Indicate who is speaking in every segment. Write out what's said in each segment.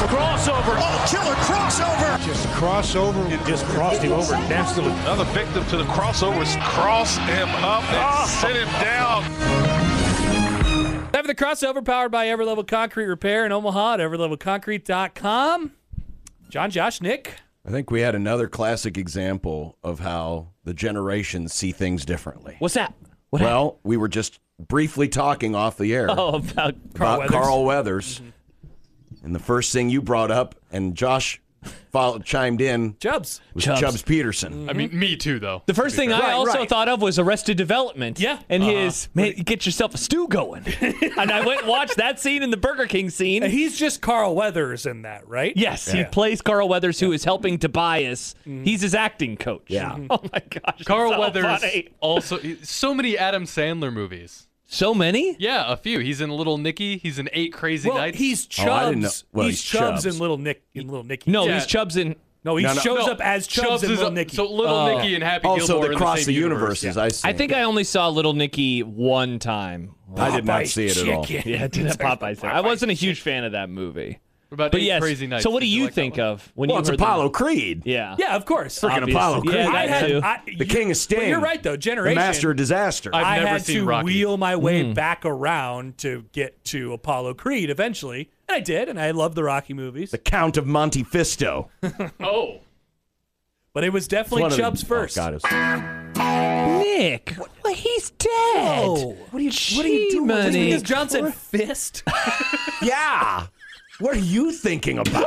Speaker 1: Crossover.
Speaker 2: Oh, killer crossover.
Speaker 3: Just crossover.
Speaker 1: It just crossed him over nastily.
Speaker 4: Another victim to the crossovers. Cross him up and oh. sit him down.
Speaker 5: Have the crossover powered by Everlevel Concrete Repair in Omaha at everlevelconcrete.com. John, Josh, Nick.
Speaker 6: I think we had another classic example of how the generations see things differently.
Speaker 5: What's that?
Speaker 6: What well, happened? we were just briefly talking off the air
Speaker 5: oh, about Carl
Speaker 6: about
Speaker 5: Weathers.
Speaker 6: Carl Weathers. Mm-hmm. And the first thing you brought up, and Josh followed, chimed in,
Speaker 5: Chubbs.
Speaker 6: was Chubbs, Chubbs Peterson.
Speaker 7: Mm-hmm. I mean, me too, though.
Speaker 8: The first thing I right, also right. thought of was Arrested Development.
Speaker 5: Yeah.
Speaker 8: And uh-huh. his, man, get yourself a stew going. and I went and watched that scene in the Burger King scene.
Speaker 5: And he's just Carl Weathers in that, right?
Speaker 8: Yes. Yeah. He plays Carl Weathers, who yeah. is helping Tobias. Mm-hmm. He's his acting coach.
Speaker 6: Yeah. Mm-hmm.
Speaker 8: Oh, my gosh.
Speaker 7: Carl
Speaker 8: so
Speaker 7: Weathers
Speaker 8: funny.
Speaker 7: also, so many Adam Sandler movies.
Speaker 8: So many?
Speaker 7: Yeah, a few. He's in Little Nicky. He's in Eight Crazy
Speaker 5: well,
Speaker 7: Nights.
Speaker 5: He's Chubs. Oh, well, he's, he's Chubs, Chubs in Little Nick in Little Nicky.
Speaker 8: No, yeah. he's Chubs in
Speaker 5: no, he no, no, shows no. up as Chubs, Chubs in Little
Speaker 7: up,
Speaker 5: Nicky.
Speaker 7: So Little uh, Nicky and
Speaker 8: Oh,
Speaker 7: Happy
Speaker 6: also
Speaker 7: Gilmore
Speaker 6: the cross
Speaker 7: the,
Speaker 6: the universes.
Speaker 7: Universe. Yeah.
Speaker 6: I see.
Speaker 8: I think I only saw Little Nicky one time.
Speaker 6: Popeye I did not see it
Speaker 8: chicken.
Speaker 6: at all.
Speaker 8: Yeah, did Popeye, Popeye, Popeye. I wasn't a huge chicken. fan of that movie.
Speaker 7: What about
Speaker 8: but
Speaker 7: Eight
Speaker 8: yes.
Speaker 7: Crazy Nights?
Speaker 8: So what do
Speaker 7: Did
Speaker 8: you
Speaker 7: like
Speaker 8: think of when
Speaker 6: well,
Speaker 8: you
Speaker 6: it's
Speaker 8: heard
Speaker 6: Apollo
Speaker 8: them?
Speaker 6: Creed?
Speaker 8: Yeah,
Speaker 5: yeah, of course.
Speaker 6: Freaking
Speaker 8: Obviously.
Speaker 6: Apollo Creed!
Speaker 8: Yeah,
Speaker 5: I had, I,
Speaker 6: the King of Sting.
Speaker 5: you're right though. Generation,
Speaker 6: the Master of Disaster.
Speaker 7: I've
Speaker 5: I
Speaker 7: never
Speaker 5: had
Speaker 7: seen
Speaker 5: to
Speaker 7: Rocky.
Speaker 5: wheel my way mm. back around to get to Apollo Creed eventually, and I did, and I love the Rocky movies.
Speaker 6: The Count of Monte Fisto.
Speaker 7: oh,
Speaker 5: but it was definitely Chubb's first.
Speaker 6: Oh, God,
Speaker 8: Nick, what? Well, he's dead.
Speaker 5: Whoa.
Speaker 6: What are you?
Speaker 5: Gee,
Speaker 6: what are you doing?
Speaker 5: Money. Is Johnson what? fist?
Speaker 6: yeah. What are you thinking about?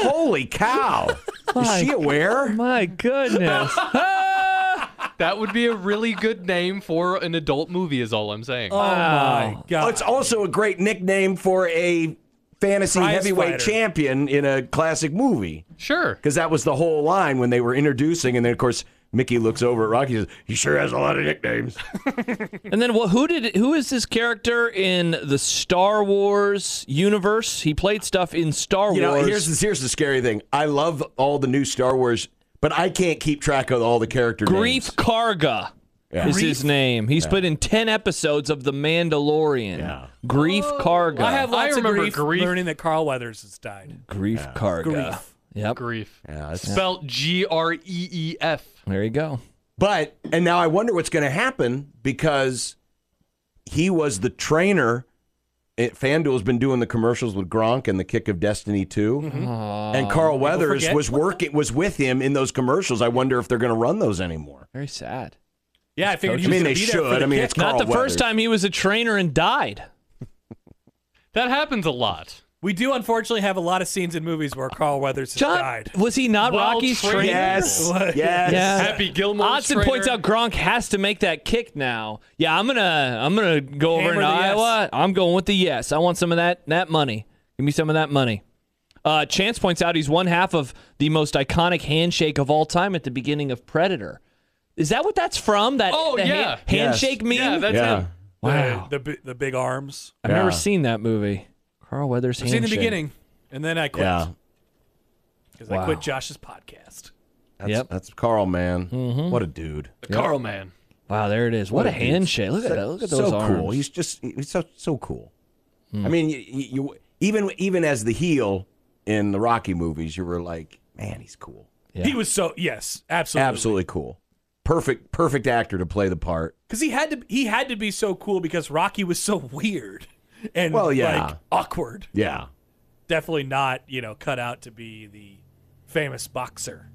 Speaker 6: Holy cow!
Speaker 8: My
Speaker 6: Is she aware?
Speaker 8: go- my goodness.
Speaker 7: that would be a really good name for an adult movie. Is all I'm saying.
Speaker 5: Oh my god!
Speaker 6: Oh, it's also a great nickname for a fantasy
Speaker 5: Prize
Speaker 6: heavyweight
Speaker 5: fighter.
Speaker 6: champion in a classic movie.
Speaker 7: Sure.
Speaker 6: Because that was the whole line when they were introducing, and then of course Mickey looks over at Rocky and says, "He sure has a lot of nicknames."
Speaker 8: and then, well, who did? Who is this character in the Star Wars universe? He played stuff in Star
Speaker 6: you know,
Speaker 8: Wars.
Speaker 6: here's the, here's the scary thing. I love all the new Star Wars, but I can't keep track of all the character
Speaker 8: Grief
Speaker 6: names.
Speaker 8: Karga.
Speaker 6: Yeah.
Speaker 8: Is
Speaker 6: Grief?
Speaker 8: his name? He's
Speaker 6: Yeah.
Speaker 8: put in ten episodes of The Mandalorian.
Speaker 6: Yeah.
Speaker 8: Grief Karga.
Speaker 5: I have
Speaker 7: I
Speaker 5: lots of
Speaker 7: remember
Speaker 5: grief,
Speaker 7: grief.
Speaker 5: learning that Carl Weathers has died.
Speaker 8: Grief Karga.
Speaker 5: Grief.
Speaker 8: Yep.
Speaker 7: Grief.
Speaker 6: Yeah, it's-
Speaker 7: Spelt G R E E F.
Speaker 8: There you go.
Speaker 6: But and now I wonder what's going to happen because he was the trainer. It, FanDuel's been doing the commercials with Gronk and the Kick of Destiny 2 and Carl
Speaker 5: Mm-hmm.
Speaker 6: Weathers
Speaker 5: forget.
Speaker 6: was working was with him in those commercials. I wonder if they're going to run those anymore.
Speaker 8: Very sad.
Speaker 5: Yeah, I figured he
Speaker 6: I
Speaker 5: was
Speaker 6: mean,
Speaker 5: gonna
Speaker 6: they
Speaker 5: be there
Speaker 6: should.
Speaker 5: for the
Speaker 6: I mean,
Speaker 5: kick.
Speaker 6: it's
Speaker 8: Not
Speaker 6: Carl
Speaker 8: the first
Speaker 6: Weathers.
Speaker 8: time he was a trainer and died.
Speaker 7: That happens a lot.
Speaker 5: We do unfortunately have a lot of scenes in movies where Carl Weathers has
Speaker 8: John,
Speaker 5: died.
Speaker 8: was he not
Speaker 7: While
Speaker 8: Rocky's
Speaker 7: training-
Speaker 8: trainer?
Speaker 6: Yes,
Speaker 5: What?
Speaker 6: yes.
Speaker 8: Yeah.
Speaker 7: Happy Gilmore.
Speaker 8: Odson points out Gronk has to make that kick now. Yeah, I'm gonna I'm gonna go over
Speaker 5: Hammer
Speaker 8: to
Speaker 5: the yes.
Speaker 8: Iowa. I'm going with the yes. I want some of that that money. Give me some of that money. Uh, Chance points out he's one half of the most iconic handshake of all time at the beginning of Predator. Is that what that's from? That
Speaker 7: Oh,
Speaker 8: the
Speaker 7: yeah.
Speaker 8: ha- handshake meme.
Speaker 7: Yeah, that's
Speaker 6: Yeah.
Speaker 7: him.
Speaker 8: wow,
Speaker 5: The, the, the big arms.
Speaker 8: I've never
Speaker 6: Yeah.
Speaker 8: seen that movie. Carl Weathers
Speaker 5: I've
Speaker 8: handshake.
Speaker 5: seen the beginning, and then I quit
Speaker 6: Yeah.
Speaker 5: because I
Speaker 8: Wow.
Speaker 5: quit Josh's podcast.
Speaker 6: That's,
Speaker 8: Yep.
Speaker 6: that's Carl, man.
Speaker 5: Mm-hmm.
Speaker 6: What a dude.
Speaker 7: The Carl man.
Speaker 8: Wow, there it is. What,
Speaker 6: What
Speaker 8: a
Speaker 6: a dude.
Speaker 8: handshake! Look at that. Look at those
Speaker 6: so
Speaker 8: arms. Hmm.
Speaker 6: cool. He's just he's so so cool. I mean, you, you even even as the heel in the Rocky movies, you were like, man, he's cool.
Speaker 8: Yeah.
Speaker 5: He was so yes, absolutely,
Speaker 6: Absolutely cool. Perfect perfect actor to play the part.
Speaker 5: Because he had to he had to be so cool because Rocky was so weird and
Speaker 6: Well, yeah.
Speaker 5: like awkward.
Speaker 6: Yeah.
Speaker 5: Definitely not you know cut out to be the famous boxer.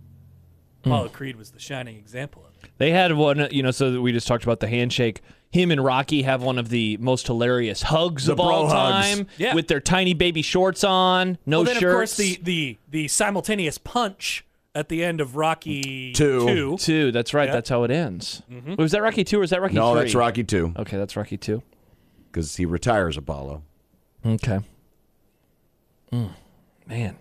Speaker 5: Apollo Creed was the shining example of it.
Speaker 8: They had one, you know, so that we just talked about the handshake. Him and Rocky have one of the most hilarious hugs
Speaker 6: The
Speaker 8: of all
Speaker 6: bro hugs.
Speaker 8: time
Speaker 5: Yeah.
Speaker 8: with their tiny baby shorts on, no
Speaker 5: well, then
Speaker 8: shirts.
Speaker 5: of course the the the simultaneous punch at the end of Rocky
Speaker 6: Two.
Speaker 8: two, that's right.
Speaker 5: Yeah. Mm-hmm.
Speaker 8: Oh, That's how it ends. Was that Rocky 2 or is that Rocky
Speaker 6: No,
Speaker 8: 3?
Speaker 6: that's Oh, Rocky too.
Speaker 8: Okay, that's Rocky 2.
Speaker 6: because he retires Apollo.
Speaker 8: Okay. Mm, man.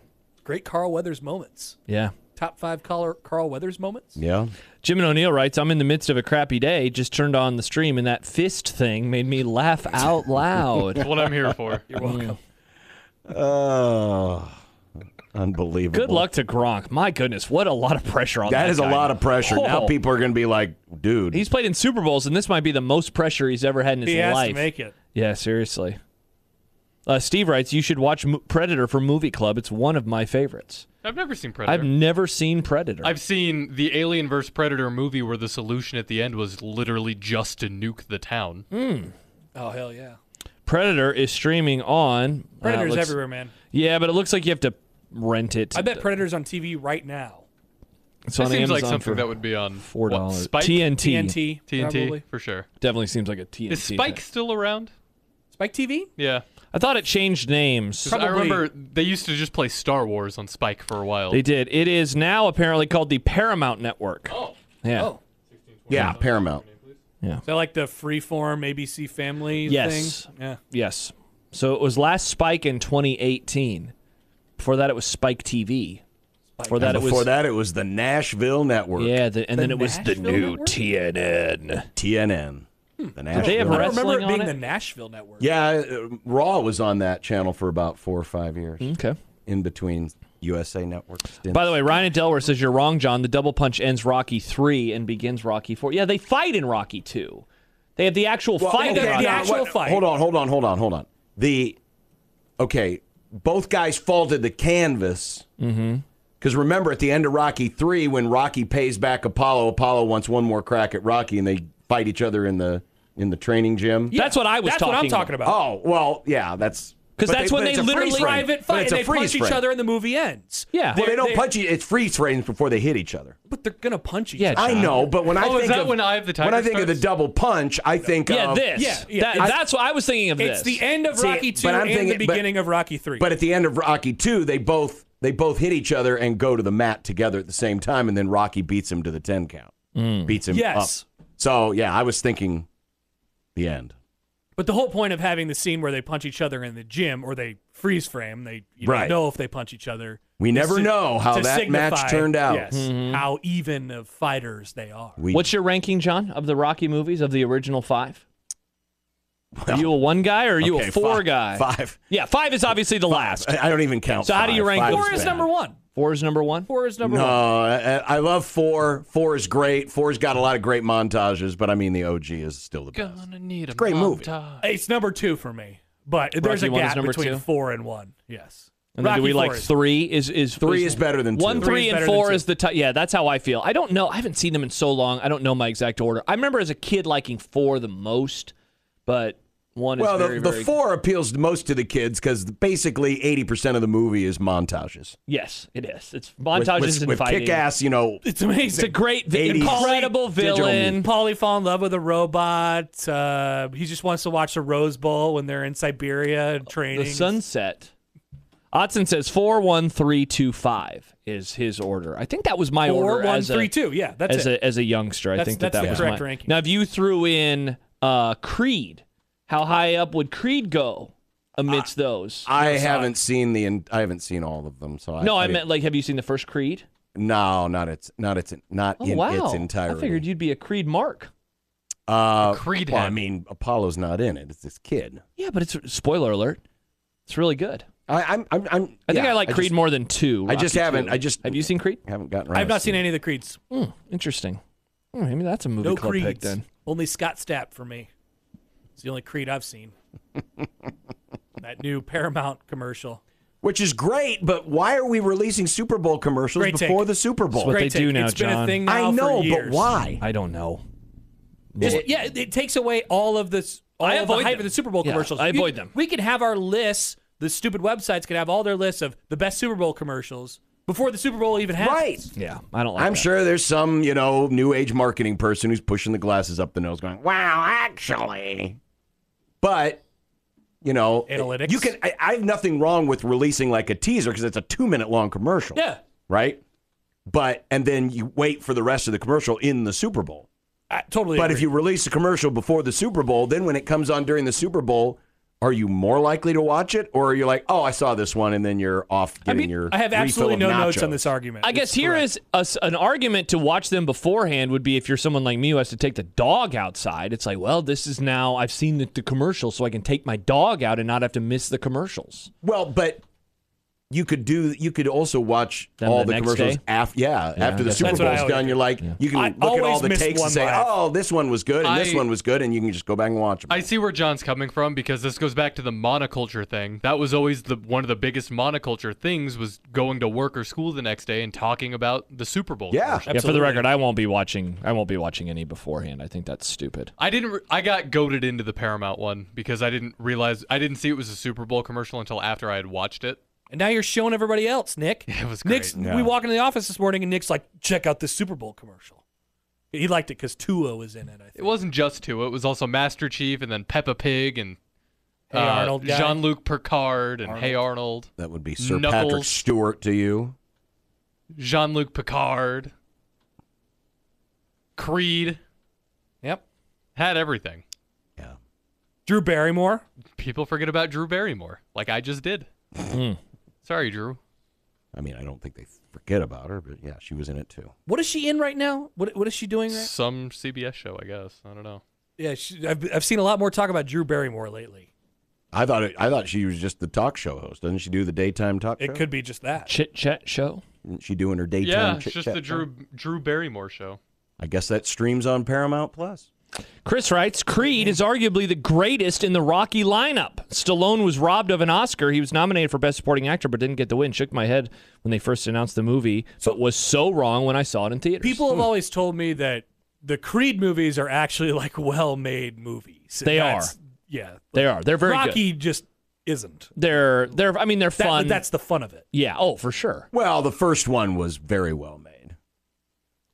Speaker 5: Great Carl Weathers moments.
Speaker 8: Yeah.
Speaker 5: Top five Carl, Carl Weathers moments.
Speaker 6: Yeah.
Speaker 8: Jim and O'Neill writes, I'm in the midst of a crappy day, just turned on the stream, and that fist thing made me laugh out loud.
Speaker 7: That's what I'm here for.
Speaker 5: You're welcome.
Speaker 6: Oh, unbelievable.
Speaker 8: Uh, Good luck to Gronk. My goodness, what a lot of pressure on that.
Speaker 6: that is a
Speaker 8: guy.
Speaker 6: lot of pressure. Now
Speaker 8: Oh.
Speaker 6: people are going to be like, dude.
Speaker 8: He's played in Super Bowls, and this might be the most pressure he's ever had in his
Speaker 5: He has
Speaker 8: life.
Speaker 5: to make it.
Speaker 8: Yeah, seriously. Uh, Steve writes, You should watch Mo- Predator from Movie Club. It's one of my favorites.
Speaker 7: I've never seen Predator.
Speaker 8: I've
Speaker 7: I've,
Speaker 8: never seen Predator.
Speaker 7: seen the Alien vs. Predator movie where the solution at the end was literally just to nuke the town.
Speaker 5: Oh hell yeah.
Speaker 8: Predator is streaming on. uh,
Speaker 5: Predators
Speaker 8: looks-
Speaker 5: everywhere, man.
Speaker 8: Yeah, but it looks like you have to rent it.
Speaker 5: I bet Predators on TV right now.
Speaker 8: It's
Speaker 7: That
Speaker 8: on
Speaker 7: seems
Speaker 8: Amazon
Speaker 7: like something
Speaker 8: for
Speaker 7: that would be on
Speaker 8: four
Speaker 7: what,
Speaker 8: dollars.
Speaker 7: Spike?
Speaker 8: TNT.
Speaker 5: TNT.
Speaker 7: TNT
Speaker 5: Probably.
Speaker 7: for sure.
Speaker 8: definitely seems like a TNT.
Speaker 7: Is Spike
Speaker 8: thing.
Speaker 7: still around?
Speaker 5: Spike TV.
Speaker 7: Yeah.
Speaker 8: I thought it changed names.
Speaker 7: 'Cause I
Speaker 5: Probably.
Speaker 7: remember they used to just play Star Wars on Spike for a while.
Speaker 5: Oh.
Speaker 8: They did. It is now apparently called the Paramount Network. Oh. Yeah.
Speaker 5: Oh.
Speaker 6: yeah, Paramount.
Speaker 5: Is that like the freeform ABC Family
Speaker 8: Yes.
Speaker 5: thing? Yeah.
Speaker 8: Yes. So it was last Spike in 2018. Before that, it was Spike TV. Before that,
Speaker 6: And
Speaker 8: it
Speaker 6: before
Speaker 8: was
Speaker 6: that, it was the Nashville Network,
Speaker 8: yeah, the, and then it was the
Speaker 5: Nashville
Speaker 8: new
Speaker 5: Network?
Speaker 8: TNN.
Speaker 6: TNN. The Nashville
Speaker 8: Hmm. they have
Speaker 6: Network.
Speaker 5: I don't remember
Speaker 8: Wrestling
Speaker 5: it being
Speaker 8: on it?
Speaker 5: the Nashville Network.
Speaker 6: Yeah, uh, Raw was on that channel for about four or five years
Speaker 5: Hmm?
Speaker 8: Okay.
Speaker 6: in between USA Network. stints.
Speaker 8: By the way, Ryan and Delaware says you're wrong, John. The double punch ends Rocky three and begins Rocky four. Yeah, they fight in Rocky two. They have the actual fight.
Speaker 5: okay,
Speaker 8: in Rocky.
Speaker 5: the actual
Speaker 6: what-
Speaker 5: fight.
Speaker 6: Hold on, hold on, hold on, hold on. The okay, both guys faulted the canvas.
Speaker 5: Mm-hmm.
Speaker 6: Because remember, at the end of Rocky three, when Rocky pays back Apollo, Apollo wants one more crack at Rocky, and they fight each other in the in the training gym.
Speaker 8: That's what I was
Speaker 5: That's
Speaker 8: talking.
Speaker 5: what I'm talking about.
Speaker 6: Oh well, yeah, that's
Speaker 8: 'Cause
Speaker 6: but
Speaker 8: that's
Speaker 6: but
Speaker 8: when
Speaker 6: it's
Speaker 8: they
Speaker 6: a freeze
Speaker 8: literally-
Speaker 6: frame.
Speaker 5: Private
Speaker 6: Oh, But
Speaker 5: fight,
Speaker 6: it's
Speaker 5: and
Speaker 6: a
Speaker 5: they
Speaker 6: freeze
Speaker 5: punch each
Speaker 6: frame.
Speaker 5: other, and the movie ends.
Speaker 8: Yeah.
Speaker 6: Well, they don't
Speaker 5: They-
Speaker 6: punch you. It's freeze frames before they hit each other.
Speaker 5: But they're gonna punch each
Speaker 8: Yeah,
Speaker 5: other.
Speaker 6: I know, but when I
Speaker 7: Oh,
Speaker 6: think
Speaker 7: is that
Speaker 6: of,
Speaker 7: when Eye of the
Speaker 6: when I
Speaker 7: Tiger
Speaker 6: think of the
Speaker 7: starts?
Speaker 6: double punch, I think
Speaker 8: Yeah,
Speaker 6: of
Speaker 8: this.
Speaker 5: yeah, yeah,
Speaker 8: That-
Speaker 5: it's-
Speaker 8: that's what I was thinking of.
Speaker 5: It's
Speaker 8: this.
Speaker 5: the end of
Speaker 6: See,
Speaker 5: Rocky Two
Speaker 6: but I'm
Speaker 5: and
Speaker 6: thinking-
Speaker 5: the
Speaker 6: but-
Speaker 5: beginning of Rocky Three.
Speaker 6: But at the end of Rocky two, they both they both hit each other and go to the mat together at the same time, and then Rocky beats him to the ten count,
Speaker 8: Mm.
Speaker 6: beats him
Speaker 5: Yes.
Speaker 6: up. So yeah, I was thinking the end.
Speaker 5: But the whole point of having the scene where they punch each other in the gym or they freeze frame, they you
Speaker 6: Right.
Speaker 5: don't know if they punch each other.
Speaker 6: We
Speaker 5: is
Speaker 6: never
Speaker 5: to-
Speaker 6: know how
Speaker 5: to
Speaker 6: that match
Speaker 5: signify,
Speaker 6: turned out. Mm-hmm.
Speaker 5: yes, how even of fighters they are.
Speaker 6: We,
Speaker 8: What's your ranking, John, of the Rocky movies of the original five? Are you a one guy or are you
Speaker 6: okay,
Speaker 8: a four
Speaker 6: five-
Speaker 8: guy?
Speaker 6: Five.
Speaker 8: Yeah, five is obviously the last.
Speaker 6: I I don't even count.
Speaker 8: So how do you
Speaker 6: five.
Speaker 8: rank
Speaker 6: Five
Speaker 8: them?
Speaker 5: Four is
Speaker 6: bad.
Speaker 5: number one.
Speaker 8: Four is number one.
Speaker 5: Four is number
Speaker 6: No,
Speaker 5: one.
Speaker 6: I, I love four. Four is great. Four's got a lot of great montages, but I mean the OG is still the best.
Speaker 7: Gonna need a
Speaker 6: great movie.
Speaker 7: montage.
Speaker 5: It's number two for me. But there's
Speaker 8: Rocky
Speaker 5: a
Speaker 8: one is
Speaker 5: gap
Speaker 8: number
Speaker 5: between
Speaker 8: two?
Speaker 5: four and one. Yes.
Speaker 8: And then
Speaker 5: Rocky
Speaker 8: do we
Speaker 5: four
Speaker 8: like
Speaker 5: is-
Speaker 8: three? Is is
Speaker 6: Three is better than two.
Speaker 8: One,
Speaker 5: Three
Speaker 8: three,
Speaker 5: is
Speaker 8: and
Speaker 5: better than
Speaker 8: four
Speaker 5: two.
Speaker 8: is the ti- yeah. That's how I feel. I don't know. I haven't seen them in so long. I don't know my exact order. I remember as a kid liking four the most, but one
Speaker 6: Well,
Speaker 8: is
Speaker 6: the,
Speaker 8: very
Speaker 6: the
Speaker 8: very
Speaker 6: four appeals most to the kids because basically eighty percent of the movie is montages.
Speaker 8: Yes, it is. It's
Speaker 6: With-
Speaker 8: montages
Speaker 6: with,
Speaker 8: and
Speaker 6: with
Speaker 8: fighting.
Speaker 6: kick-ass, you know.
Speaker 5: It's amazing.
Speaker 8: It's a great, vi-
Speaker 6: 80s
Speaker 8: incredible
Speaker 6: digital
Speaker 8: villain.
Speaker 5: Paulie fall in love with a robot. Uh, he just wants to watch the Rose Bowl when they're in Siberia and training.
Speaker 8: The sunset. Otson says four one three two five is his order. I think that was my
Speaker 5: Four,
Speaker 8: order
Speaker 5: one,
Speaker 8: as
Speaker 5: three,
Speaker 8: a,
Speaker 5: two. Yeah, that's
Speaker 8: as
Speaker 5: it.
Speaker 8: a as a youngster. I
Speaker 5: That's-
Speaker 8: think that
Speaker 5: that's
Speaker 8: that
Speaker 5: the
Speaker 8: was
Speaker 5: correct
Speaker 8: mine.
Speaker 5: ranking.
Speaker 8: Now, if you threw in uh, Creed, how high up would Creed go amidst those?
Speaker 6: I haven't seen the. en- I haven't seen all of them, so I,
Speaker 8: no, I,
Speaker 6: didn't-
Speaker 8: meant like, have you seen the first Creed?
Speaker 6: no, not its, not its, not
Speaker 8: Oh
Speaker 6: in
Speaker 8: wow!
Speaker 6: its entirety.
Speaker 8: I figured you'd be a Creed mark.
Speaker 6: uh,
Speaker 7: Creed
Speaker 6: Well, I
Speaker 7: head.
Speaker 6: mean, Apollo's not in it. It's this kid.
Speaker 8: Yeah, but it's spoiler alert. It's really good.
Speaker 6: I, I'm, I'm, I'm
Speaker 8: I think
Speaker 6: yeah,
Speaker 8: I like Creed
Speaker 6: just
Speaker 8: more than two.
Speaker 6: I just
Speaker 8: Rocky
Speaker 6: haven't-
Speaker 8: two.
Speaker 6: I just-
Speaker 8: have you seen Creed?
Speaker 6: Haven't gotten. around
Speaker 5: I've
Speaker 6: to
Speaker 5: not seen
Speaker 6: seeing
Speaker 5: any of the creeds.
Speaker 8: Hmm, interesting. Hmm, maybe that's a movie
Speaker 5: No
Speaker 8: club
Speaker 5: creeds.
Speaker 8: pick then.
Speaker 5: Only Scott Stapp for me. It's the only creed I've seen. that new Paramount commercial.
Speaker 6: Which is great, but why are we releasing Super Bowl commercials
Speaker 5: Great take.
Speaker 6: before the Super Bowl?
Speaker 8: What
Speaker 5: Great take.
Speaker 8: they do now,
Speaker 5: It's been
Speaker 8: John.
Speaker 5: a thing now
Speaker 6: I know,
Speaker 5: for
Speaker 6: but
Speaker 5: years.
Speaker 6: why?
Speaker 8: I don't know.
Speaker 5: Just, yeah, it, it takes away all of this. All
Speaker 8: I
Speaker 5: of the
Speaker 8: avoid
Speaker 5: hype
Speaker 8: them.
Speaker 5: of the Super Bowl
Speaker 8: Yeah,
Speaker 5: commercials.
Speaker 8: I
Speaker 5: You-
Speaker 8: avoid them.
Speaker 5: We could have our lists. The stupid websites could have all their lists of the best Super Bowl commercials before the Super Bowl even happens.
Speaker 6: Right.
Speaker 8: Yeah, I don't like
Speaker 6: I'm
Speaker 8: that.
Speaker 6: sure there's some, you know, new age marketing person who's pushing the glasses up the nose going, wow, actually. But, you know,
Speaker 5: Analytics.
Speaker 6: You can, I, I have nothing wrong with releasing like a teaser because it's a two minute long commercial.
Speaker 5: Yeah.
Speaker 6: Right? But, and then you wait for the rest of the commercial in the Super Bowl.
Speaker 5: I totally.
Speaker 6: But
Speaker 5: agree.
Speaker 6: if you release a commercial before the Super Bowl, then when it comes on during the Super Bowl, are you more likely to watch it, or are you like, oh, I saw this one, and then you're off
Speaker 5: I
Speaker 6: getting
Speaker 5: mean,
Speaker 6: your
Speaker 5: I have
Speaker 6: refill
Speaker 5: absolutely
Speaker 6: of
Speaker 5: no notes
Speaker 6: nachos?
Speaker 5: on this argument.
Speaker 8: I guess here is a s an argument to watch them beforehand would be if you're someone like me who has to take the dog outside. It's like, well, this is now I've seen the, the commercial, so I can take my dog out and not have to miss the commercials.
Speaker 6: Well, but you could do. You could also watch
Speaker 8: Them
Speaker 6: all
Speaker 8: the
Speaker 6: the
Speaker 8: next
Speaker 6: commercials
Speaker 8: day?
Speaker 6: after. Yeah, after the
Speaker 8: that's
Speaker 6: Super
Speaker 5: what I
Speaker 6: Bowl's
Speaker 5: always
Speaker 6: done,
Speaker 5: do.
Speaker 6: you're like, you can
Speaker 5: I
Speaker 6: look at all
Speaker 5: always
Speaker 6: the
Speaker 5: miss
Speaker 6: takes and
Speaker 5: one
Speaker 6: say,
Speaker 5: live.
Speaker 6: oh, this one was good, and this
Speaker 7: I-
Speaker 6: one was good, and you can just go back and watch them.
Speaker 7: I see where John's coming from because this goes back to the monoculture thing. That was always the one of the biggest monoculture things was going to work or school the next day and talking about the Super Bowl.
Speaker 6: Yeah.
Speaker 7: commercial.
Speaker 8: Yeah, for the record, I won't be watching. I won't be watching any beforehand. I think that's stupid.
Speaker 7: I didn't. Re- I got goaded into the Paramount one because I didn't realize I didn't see it was a Super Bowl commercial until after I had watched it.
Speaker 5: And now you're showing everybody else, Nick.
Speaker 7: It was
Speaker 5: Nick's.
Speaker 7: great.
Speaker 5: We walk into the office this morning, and Nick's like, "Check out this Super Bowl commercial." He liked it because Tua was in it. I think.
Speaker 7: It wasn't just two. It was also Master Chief and then Peppa Pig and
Speaker 5: Hey,
Speaker 8: uh,
Speaker 5: Arnold guy.
Speaker 7: Jean Luc Picard and Hey Arnold,
Speaker 6: That would be Sir Patrick
Speaker 7: Knuckles.
Speaker 6: Stewart to you.
Speaker 7: Jean Luc Picard, Creed
Speaker 5: Yep.
Speaker 7: had everything.
Speaker 5: Drew Barrymore.
Speaker 7: People forget about Drew Barrymore, like I just did.
Speaker 5: Hmm.
Speaker 7: Sorry, Drew.
Speaker 6: I mean, I don't think they forget about her, but yeah, she was in it too.
Speaker 5: What is she in right now? What What is she doing? Right?
Speaker 7: Some CBS show, I guess. I don't know.
Speaker 5: Yeah, she, I've I've seen a lot more talk about Drew Barrymore lately.
Speaker 6: I thought it, I thought she was just the talk show host. Doesn't she do the daytime talk
Speaker 5: It
Speaker 6: show?
Speaker 5: could be just that.
Speaker 8: Chit chat show.
Speaker 6: Isn't she doing her daytime?
Speaker 7: Yeah, it's
Speaker 6: chit
Speaker 7: just
Speaker 6: chat
Speaker 7: the
Speaker 6: show?
Speaker 7: Drew Drew Barrymore show.
Speaker 6: I guess that streams on Paramount Plus.
Speaker 8: Chris writes, Creed is arguably the greatest in the Rocky lineup. Stallone was robbed of an Oscar. He was nominated for Best Supporting Actor, but didn't get the win. Shook my head when they first announced the movie, but was so wrong when I saw it in theaters.
Speaker 5: People have always told me that the Creed movies are actually like well-made movies.
Speaker 8: They
Speaker 5: That's-
Speaker 8: are.
Speaker 5: Yeah.
Speaker 8: they are. They're very good.
Speaker 5: Rocky just isn't.
Speaker 8: They're they're. I mean, they're
Speaker 5: That,
Speaker 8: fun.
Speaker 5: That's the fun of it.
Speaker 8: yeah. Oh, for sure.
Speaker 6: Well, the first one was very well made.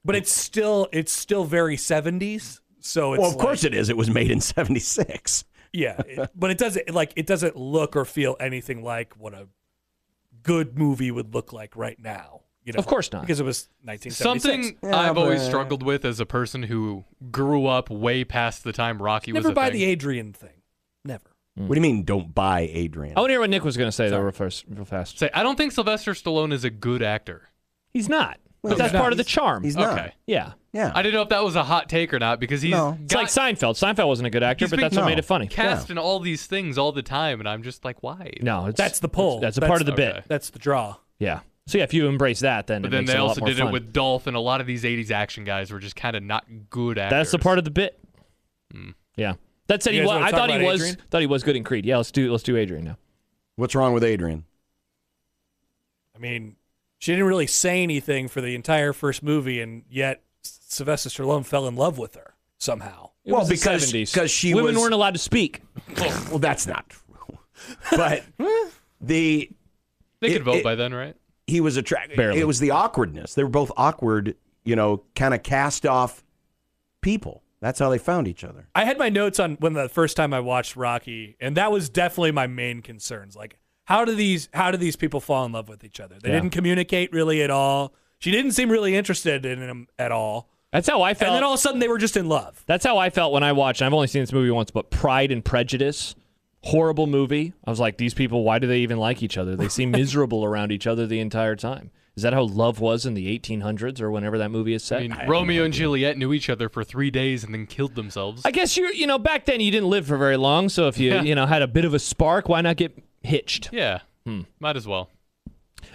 Speaker 5: But it's still it's still very 70s. So it's
Speaker 6: well, of
Speaker 5: like-
Speaker 6: course it is. It was made in '76.
Speaker 5: Yeah, it- but it doesn't like it doesn't look or feel anything like what a good movie would look like right now. You know,
Speaker 8: Of course not.
Speaker 5: because it was 1976.
Speaker 7: Something I've always struggled with as a person who grew up way past the time Rocky was
Speaker 5: never
Speaker 7: a
Speaker 5: buy
Speaker 7: thing.
Speaker 5: the Adrian thing. Never.
Speaker 6: What do you mean? Don't buy Adrian.
Speaker 8: Hmm. I want to hear what Nick was going to say though, real first, real fast.
Speaker 7: Say, I don't think Sylvester Stallone is a good actor.
Speaker 8: He's not.
Speaker 6: Well,
Speaker 8: but that's
Speaker 6: he's-
Speaker 8: part of the charm.
Speaker 6: He's not.
Speaker 7: Okay.
Speaker 8: yeah.
Speaker 6: Yeah.
Speaker 7: I didn't know if that was a hot take or not because he's
Speaker 6: No.
Speaker 7: got
Speaker 8: It's like Seinfeld. Seinfeld wasn't a good actor,
Speaker 7: He's
Speaker 8: but
Speaker 7: been-
Speaker 8: that's what made it funny.
Speaker 7: cast in all these things all the time, and I'm just like, why?
Speaker 8: No, it's,
Speaker 5: That's the pull.
Speaker 8: That's, a
Speaker 5: That's-
Speaker 8: part of the bit.
Speaker 7: okay.
Speaker 5: That's the draw.
Speaker 8: Yeah. So yeah, if you embrace that, then
Speaker 7: But
Speaker 8: it
Speaker 7: then
Speaker 8: makes
Speaker 7: they
Speaker 8: it a lot
Speaker 7: also
Speaker 8: more
Speaker 7: did
Speaker 8: fun.
Speaker 7: it with Dolph, and a lot of these '80s action guys were just kind of not good actors.
Speaker 8: That's the part of the bit.
Speaker 7: Mm.
Speaker 8: Yeah. That said,
Speaker 5: You guys
Speaker 8: he was.
Speaker 5: wanna
Speaker 8: I
Speaker 5: talk
Speaker 8: thought he
Speaker 5: about
Speaker 8: was.
Speaker 5: Adrian?
Speaker 8: Thought he was good in Creed. Yeah. Let's do. Let's do Adrian now.
Speaker 6: What's wrong with Adrian?
Speaker 5: I mean, she didn't really say anything for the entire first movie, and yet Sylvester Stallone fell in love with her somehow.
Speaker 8: It
Speaker 6: Well,
Speaker 8: was the
Speaker 6: because-
Speaker 8: 70s.
Speaker 6: 'cause she
Speaker 8: women
Speaker 6: was-
Speaker 8: weren't allowed to speak.
Speaker 6: well, that's not true. But the
Speaker 7: they could
Speaker 6: it-
Speaker 7: vote
Speaker 6: it-
Speaker 7: by then, right?
Speaker 6: he was attracted.
Speaker 8: Barely.
Speaker 6: It was the awkwardness. They were both awkward. You know, kind of cast off people. That's how they found each other.
Speaker 5: I had my notes on when the first time I watched Rocky, and that was definitely my main concerns. Like, how do these how do these people fall in love with each other? They
Speaker 8: Yeah.
Speaker 5: didn't communicate really at all. She didn't seem really interested in him at all.
Speaker 8: That's how I
Speaker 5: And
Speaker 8: felt.
Speaker 5: then all of a sudden, they were just in love.
Speaker 8: That's how I felt when I watched. and I've only seen this movie once, but Pride and Prejudice, horrible movie. I was like, these people, why do they even like each other? They seem miserable around each other the entire time. Is that how love was in the 1800s or whenever that movie is set?
Speaker 7: I
Speaker 8: I,
Speaker 7: mean, Romeo and Juliet knew each other for three days and then killed themselves.
Speaker 8: guess you you know back then you didn't live for very long, so if you
Speaker 7: Yeah.
Speaker 8: you know had a bit of a spark, why not get hitched?
Speaker 7: yeah,
Speaker 8: Hmm.
Speaker 7: might as well.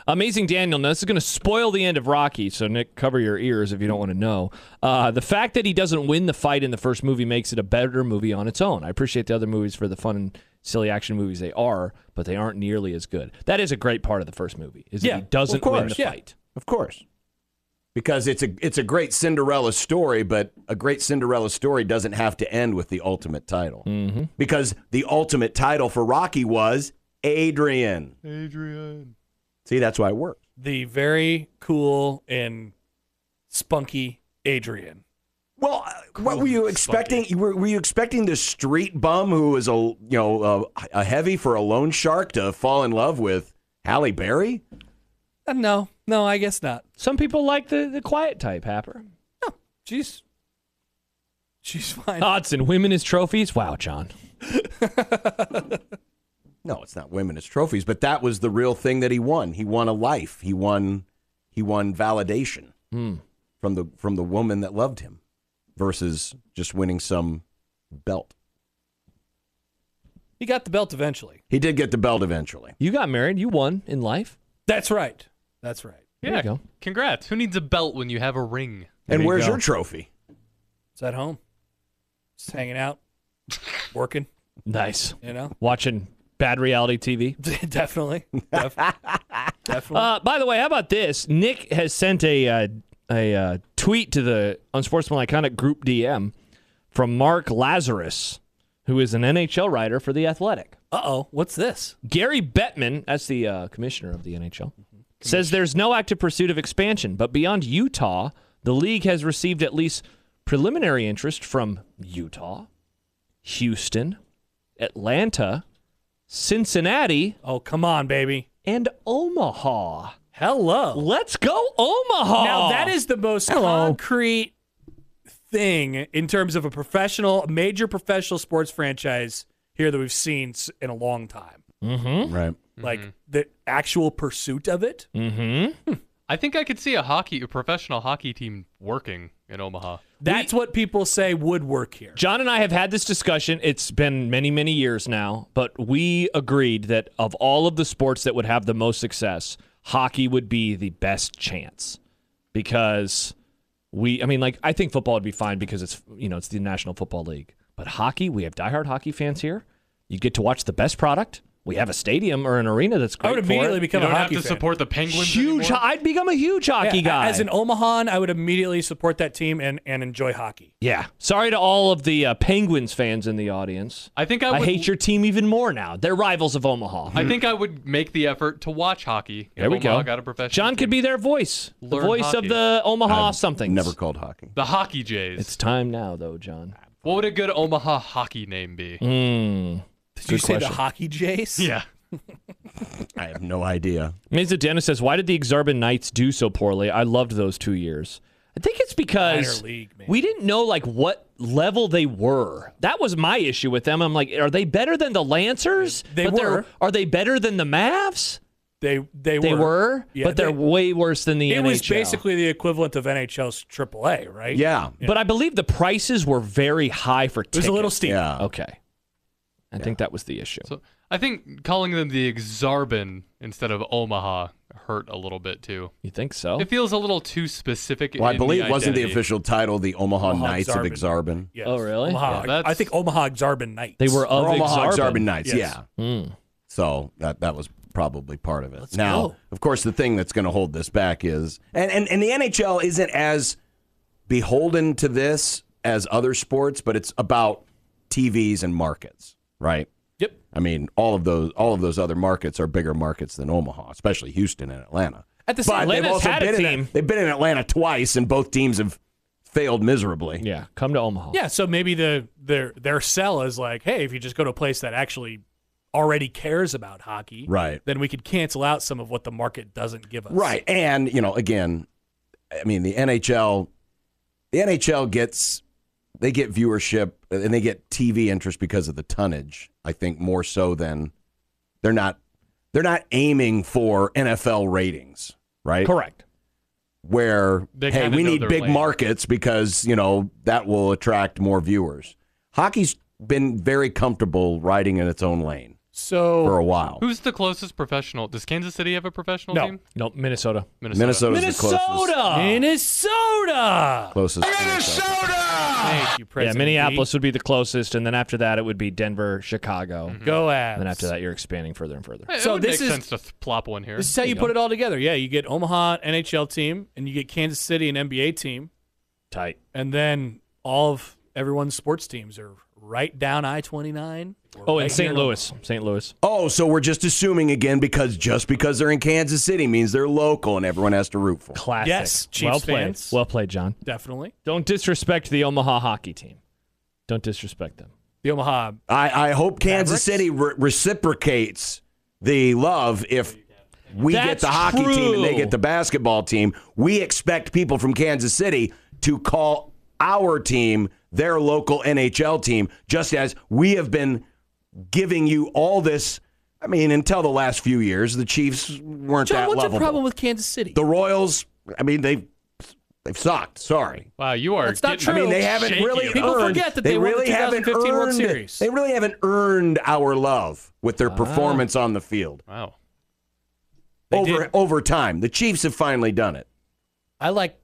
Speaker 8: Amazing Daniel. Now, this is going to spoil the end of Rocky, so Nick, cover your ears if you don't want to know. Uh, the fact that he doesn't win the fight in the first movie makes it a better movie on its own. I appreciate the other movies for the fun and silly action movies they are, but they aren't nearly as good. That is a great part of the first movie, is
Speaker 5: Yeah,
Speaker 8: that he doesn't
Speaker 6: of
Speaker 8: win the
Speaker 6: course, yeah.
Speaker 8: fight.
Speaker 6: Of course. Because it's a it's a great Cinderella story, but a great Cinderella story doesn't have to end with the ultimate title. Mm-hmm. Because the ultimate title for Rocky was Adrian.
Speaker 7: Adrian,
Speaker 6: See, that's why it worked.
Speaker 5: The very cool and spunky Adrian.
Speaker 6: Well, uh, what were you expecting? You Were, were you expecting this street bum who was a you know a, a heavy for a loan shark to fall in love with Halle Berry?
Speaker 5: Uh, no, no, I guess not.
Speaker 8: Some people like the, the quiet type, Happer.
Speaker 5: She's She's fine.
Speaker 8: Hodson, women is trophies. Wow, John.
Speaker 6: No, it's not women, it's trophies. But that was the real thing that he won. He won a life. He won he won validation from the from the woman that loved him versus just winning some belt.
Speaker 5: He got the belt eventually.
Speaker 6: He did get the belt eventually.
Speaker 8: You got married. You won in life.
Speaker 5: That's right. That's right.
Speaker 8: There
Speaker 7: Yeah,
Speaker 8: you go.
Speaker 7: congrats. Who needs a belt when you have a ring?
Speaker 6: and
Speaker 5: you
Speaker 6: where's
Speaker 5: go.
Speaker 6: your trophy?
Speaker 5: It's at home. Just hanging out, working,
Speaker 8: Nice.
Speaker 5: you know?
Speaker 8: Watching bad reality TV.
Speaker 5: definitely. Def- definitely.
Speaker 8: Uh, by the way, how about this? Nick has sent a uh, a uh, tweet to the Unsportsmanlike Conduct group DM from Mark Lazarus, who is an NHL writer for the Athletic.
Speaker 5: Uh oh. What's this?
Speaker 8: Gary Bettman, that's the uh, commissioner of the NHL, says there's no active pursuit of expansion, but beyond Utah, the league has received at least preliminary interest from Utah, Houston, Atlanta, Cincinnati,
Speaker 5: Oh, come on, baby.
Speaker 8: and Omaha.
Speaker 5: Hello.
Speaker 8: Let's go Omaha.
Speaker 5: Now, that is the most
Speaker 8: Hello.
Speaker 5: concrete thing in terms of a professional, major professional sports franchise here that we've seen s- in a long time.
Speaker 6: Right.
Speaker 8: Mm-hmm.
Speaker 5: Like the actual pursuit of it.
Speaker 8: Mm.
Speaker 7: I think I could see a hockey, a professional hockey team working in Omaha.
Speaker 5: That's what people say would work here.
Speaker 8: John and I have had this discussion. It's been many, many years now, but we agreed that of all of the sports that would have the most success, hockey would be the best chance because we, I mean, like, I think football would be fine because it's, you know, it's the National Football League. But hockey, we have diehard hockey fans here. You get to watch the best product. We have a stadium or an arena that's great.
Speaker 5: I would
Speaker 8: for it.
Speaker 5: immediately
Speaker 7: You
Speaker 5: become
Speaker 7: don't
Speaker 5: a
Speaker 7: have
Speaker 5: hockey
Speaker 7: to
Speaker 5: fan.
Speaker 7: support the Penguins.
Speaker 8: huge.
Speaker 7: anymore.
Speaker 8: ho- I'd become a huge hockey
Speaker 5: Yeah,
Speaker 8: guy.
Speaker 5: As an Omahan, I would immediately support that team and, and enjoy hockey.
Speaker 8: yeah. Sorry to all of the uh, Penguins fans in the audience.
Speaker 7: I think I,
Speaker 8: I
Speaker 7: would,
Speaker 8: hate your team even more now. They're rivals of Omaha.
Speaker 7: I think I would make the effort to watch hockey. if
Speaker 8: there we
Speaker 7: Omaha
Speaker 8: go.
Speaker 7: Got a professional.
Speaker 8: John could be
Speaker 7: team.
Speaker 8: their voice, the
Speaker 7: Learn
Speaker 8: voice
Speaker 7: hockey.
Speaker 8: of the Omaha something.
Speaker 6: Never called hockey.
Speaker 7: the hockey Jays.
Speaker 8: It's time now, though, John.
Speaker 7: what would a good Omaha hockey name be?
Speaker 8: Mm. Hmm.
Speaker 5: Did you say
Speaker 8: question.
Speaker 5: the hockey Jays?
Speaker 7: Yeah,
Speaker 6: I have no idea.
Speaker 8: Mesa Dennis says, "Why did the Exarban Knights do so poorly? I loved those two years. I think it's because
Speaker 5: Minor league, man.
Speaker 8: we didn't know like what level they were. That was my issue with them. I'm like, are they better than the Lancers?
Speaker 5: They
Speaker 8: But they're-
Speaker 5: were.
Speaker 8: Are they better than the Mavs?
Speaker 5: They they were.
Speaker 8: They were,
Speaker 5: Yeah,
Speaker 8: but they're
Speaker 5: they-
Speaker 8: way worse than the
Speaker 5: It
Speaker 8: NHL.
Speaker 5: was basically the equivalent of NHL's AAA, right?
Speaker 6: Yeah.
Speaker 8: But I believe the prices were very high for
Speaker 5: It was
Speaker 8: tickets.
Speaker 5: a little steep.
Speaker 6: Yeah.
Speaker 8: Okay. I think that was the issue.
Speaker 7: so I think calling them the Exarban instead of Omaha hurt a little bit too.
Speaker 8: you think so?
Speaker 7: It feels a little too specific.
Speaker 6: Well, I
Speaker 7: in the
Speaker 6: believe wasn't the
Speaker 7: identity.
Speaker 6: official title the Omaha,
Speaker 5: Omaha
Speaker 6: Knights of
Speaker 5: Exarban.
Speaker 6: Exarban?
Speaker 5: Yes.
Speaker 8: Oh, really?
Speaker 5: Omaha,
Speaker 7: Yeah, that's-
Speaker 5: I think Omaha Exarban Knights.
Speaker 8: they were of
Speaker 6: Or Omaha
Speaker 8: Exarban. Hmm.
Speaker 6: Exarban Knights,
Speaker 5: Yes.
Speaker 6: yeah. So that that was probably part of it.
Speaker 5: Let's
Speaker 6: now,
Speaker 5: go.
Speaker 6: of course, the thing that's going to hold this back is, and, and and the NHL isn't as beholden to this as other sports, but it's about TVs and markets, right?
Speaker 5: Yep.
Speaker 6: I mean, all of those all of those other markets are bigger marets than Omaha, especially Houston and Atlanta.
Speaker 8: At the
Speaker 6: But they've
Speaker 8: Atlanta's
Speaker 6: also
Speaker 8: had
Speaker 6: been
Speaker 8: a
Speaker 6: in
Speaker 8: team.
Speaker 6: they've been in Atlanta twice, and both teams have failed miserably.
Speaker 8: Yeah, come to Omaha.
Speaker 5: Yeah, so maybe the their their sell is like, hey, if you just go to a place that actually already cares about hockey,
Speaker 6: Right.
Speaker 5: Then we could cancel out some of what the market doesn't give us.
Speaker 6: Right. And, you know, again, I mean, the NHL, the NHL gets, they get viewership and they get TV interest because of the tonnage, I think, more so than they're not, they're not aiming for NFL ratings, right?
Speaker 8: Correct.
Speaker 6: Where,
Speaker 7: They
Speaker 6: hey,
Speaker 7: kinda
Speaker 6: we
Speaker 7: know
Speaker 6: need
Speaker 7: their
Speaker 6: big
Speaker 7: lane.
Speaker 6: markets because, you know, that will attract more viewers. Hockey's been very comfortable riding in its own lane
Speaker 5: So
Speaker 6: for a while.
Speaker 7: Who's the closest professional? Does Kansas City have a professional
Speaker 5: No.
Speaker 7: team?
Speaker 8: No, Minnesota.
Speaker 7: Minnesota.
Speaker 6: Minnesota's the closest.
Speaker 8: Minnesota.
Speaker 5: Minnesota.
Speaker 6: Closest
Speaker 5: Thank you,
Speaker 8: Yeah,
Speaker 5: President.
Speaker 8: Minneapolis would be the closest, and then after that it would be Denver, Chicago,
Speaker 5: Heat. Go at.
Speaker 8: Mm-hmm. and then after that you're expanding further and further.
Speaker 7: Eh, It
Speaker 5: So
Speaker 7: would
Speaker 5: this
Speaker 7: make
Speaker 5: is-
Speaker 7: sense to th- plop one here.
Speaker 5: This is how you put it all together. Yeah, you get Omaha NHL team, and you get Kansas City and NBA team,
Speaker 8: Tight.
Speaker 5: and then all of everyone's sports teams are right down I twenty nine.
Speaker 8: Oh, and St. Louis. St. Louis.
Speaker 6: Oh, so we're just assuming again because just because they're in Kansas City means they're local and everyone has to root for. 'em.
Speaker 8: Classic.
Speaker 5: Yes, Chiefs
Speaker 8: well played.
Speaker 5: fans.
Speaker 8: Well played, John.
Speaker 5: Definitely
Speaker 8: Don't disrespect the Omaha hockey team. Don't disrespect them.
Speaker 5: the Omaha.
Speaker 6: I, I hope Kansas
Speaker 5: Mavericks?
Speaker 6: City re- reciprocates the love if we get
Speaker 8: That's
Speaker 6: the hockey team and they
Speaker 8: true.
Speaker 6: get the basketball team. We expect people from Kansas City to call our team their local NHL team, just as we have been giving you all this. I mean, until the last few years, the Chiefs weren't
Speaker 5: John,
Speaker 6: that
Speaker 5: what's
Speaker 6: lovable.
Speaker 5: the problem with Kansas City?
Speaker 6: the Royals, I mean, they've they've sucked. Sorry.
Speaker 7: Wow, you are.
Speaker 5: That's not
Speaker 7: getting
Speaker 5: true.
Speaker 6: I mean, they haven't
Speaker 7: shaky
Speaker 6: really
Speaker 7: about
Speaker 5: People
Speaker 6: earned.
Speaker 5: forget that they won the
Speaker 6: really haven't
Speaker 5: 2015 World
Speaker 6: earned-
Speaker 5: Series. Ah.
Speaker 6: They really haven't earned our love with their performance on the field
Speaker 7: Wow.
Speaker 6: over over time. The Chiefs have finally done it.
Speaker 5: I like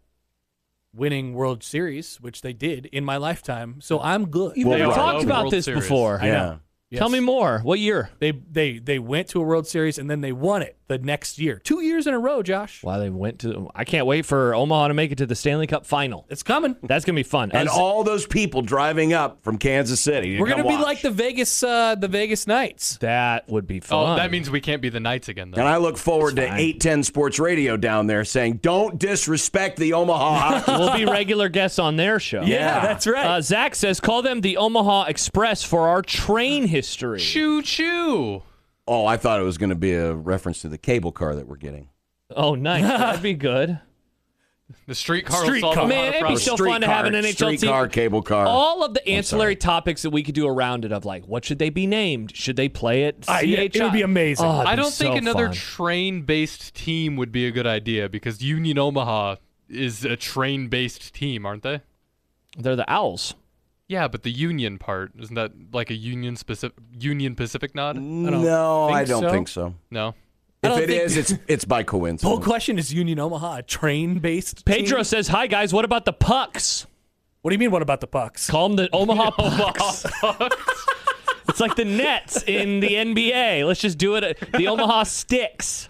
Speaker 5: winning World Series, which they did in my lifetime. So I'm good.
Speaker 8: You've
Speaker 6: Well,
Speaker 8: never
Speaker 6: right.
Speaker 8: talked
Speaker 7: World
Speaker 8: about this
Speaker 7: Series.
Speaker 8: before.
Speaker 6: yeah.
Speaker 8: Tell
Speaker 5: Yes.
Speaker 8: me more. What year?
Speaker 5: They they they went to a World Series and then they won it the next year. Two years in a row, Josh.
Speaker 8: Why they went to? I can't wait for Omaha to make it to the Stanley Cup final.
Speaker 5: It's coming.
Speaker 8: That's gonna be fun.
Speaker 6: And
Speaker 8: Uh,
Speaker 6: all those people driving up from Kansas City.
Speaker 5: We're gonna
Speaker 6: going to
Speaker 5: be
Speaker 6: watch.
Speaker 5: like the Vegas uh, the Vegas Knights.
Speaker 8: that would be
Speaker 7: Oh,
Speaker 8: fun.
Speaker 7: that means we can't be the Knights again,
Speaker 6: And
Speaker 7: though.
Speaker 6: I look forward to 810 Sports Radio down there saying, don't disrespect the Omaha. Hawks."
Speaker 8: we'll be regular guests on their show.
Speaker 6: Yeah.
Speaker 5: that's right.
Speaker 8: Uh, Zach says, call them the Omaha Express for our train history.
Speaker 7: Choo choo.
Speaker 6: oh, I thought it was going to be a reference to the cable car that we're getting.
Speaker 8: Oh, nice. That'd be good.
Speaker 7: The streetcar will
Speaker 5: Streetcar.
Speaker 7: solve a lot
Speaker 8: Man,
Speaker 7: of
Speaker 8: it'd be
Speaker 7: problems.
Speaker 8: so- fun to have an NHL team-
Speaker 6: streetcar, cable car.
Speaker 8: All of the ancillary
Speaker 6: sorry.
Speaker 8: topics that we could do around it of like, what should they be named? Should they play it?
Speaker 5: Uh, yeah, it would be amazing.
Speaker 8: Oh,
Speaker 7: I don't think another train-based team would be a good idea because Union Omaha is a train-based team, aren't they?
Speaker 8: They're the Owls.
Speaker 7: Yeah, but the Union part isn't that like a Union specific Union Pacific nod?
Speaker 6: no, I
Speaker 5: think
Speaker 6: don't
Speaker 5: so.
Speaker 6: think so.
Speaker 7: No.
Speaker 5: I
Speaker 6: If
Speaker 5: don't
Speaker 6: it
Speaker 5: think-
Speaker 6: is, it's it's by
Speaker 5: The whole
Speaker 6: coincidence.
Speaker 5: question is Union Omaha a train based.
Speaker 8: Pedro says, hi, guys. What about the Pucks?
Speaker 5: What do you mean? What about the Bucks?
Speaker 8: Call them the Omaha Pucks. it's like the Nets in the NBA. Let's just do it. The Omaha Sticks.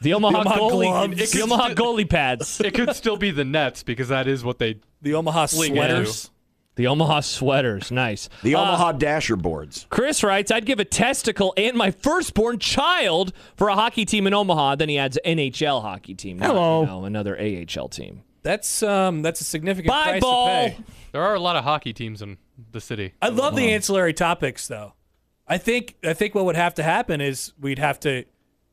Speaker 8: The Omaha,
Speaker 5: Omaha
Speaker 8: goalie,
Speaker 5: gloves.
Speaker 8: the Omaha goalie pads.
Speaker 7: It could still be the Nets because that is what they
Speaker 5: The Omaha
Speaker 7: League
Speaker 5: sweaters.
Speaker 8: The Omaha sweaters. Nice.
Speaker 6: The
Speaker 8: Uh,
Speaker 6: Omaha Dasher boards.
Speaker 8: Chris writes, I'd give a testicle and my firstborn child for a hockey team in Omaha. Then he adds NHL hockey team. not,
Speaker 5: Hello.
Speaker 8: you know, another AHL team.
Speaker 5: That's um that's a significant
Speaker 8: Bye,
Speaker 5: price
Speaker 8: ball.
Speaker 5: to pay.
Speaker 7: there are a lot of hockey teams in the city.
Speaker 5: I love the ancillary topics though. I think I think what would have to happen is we'd have to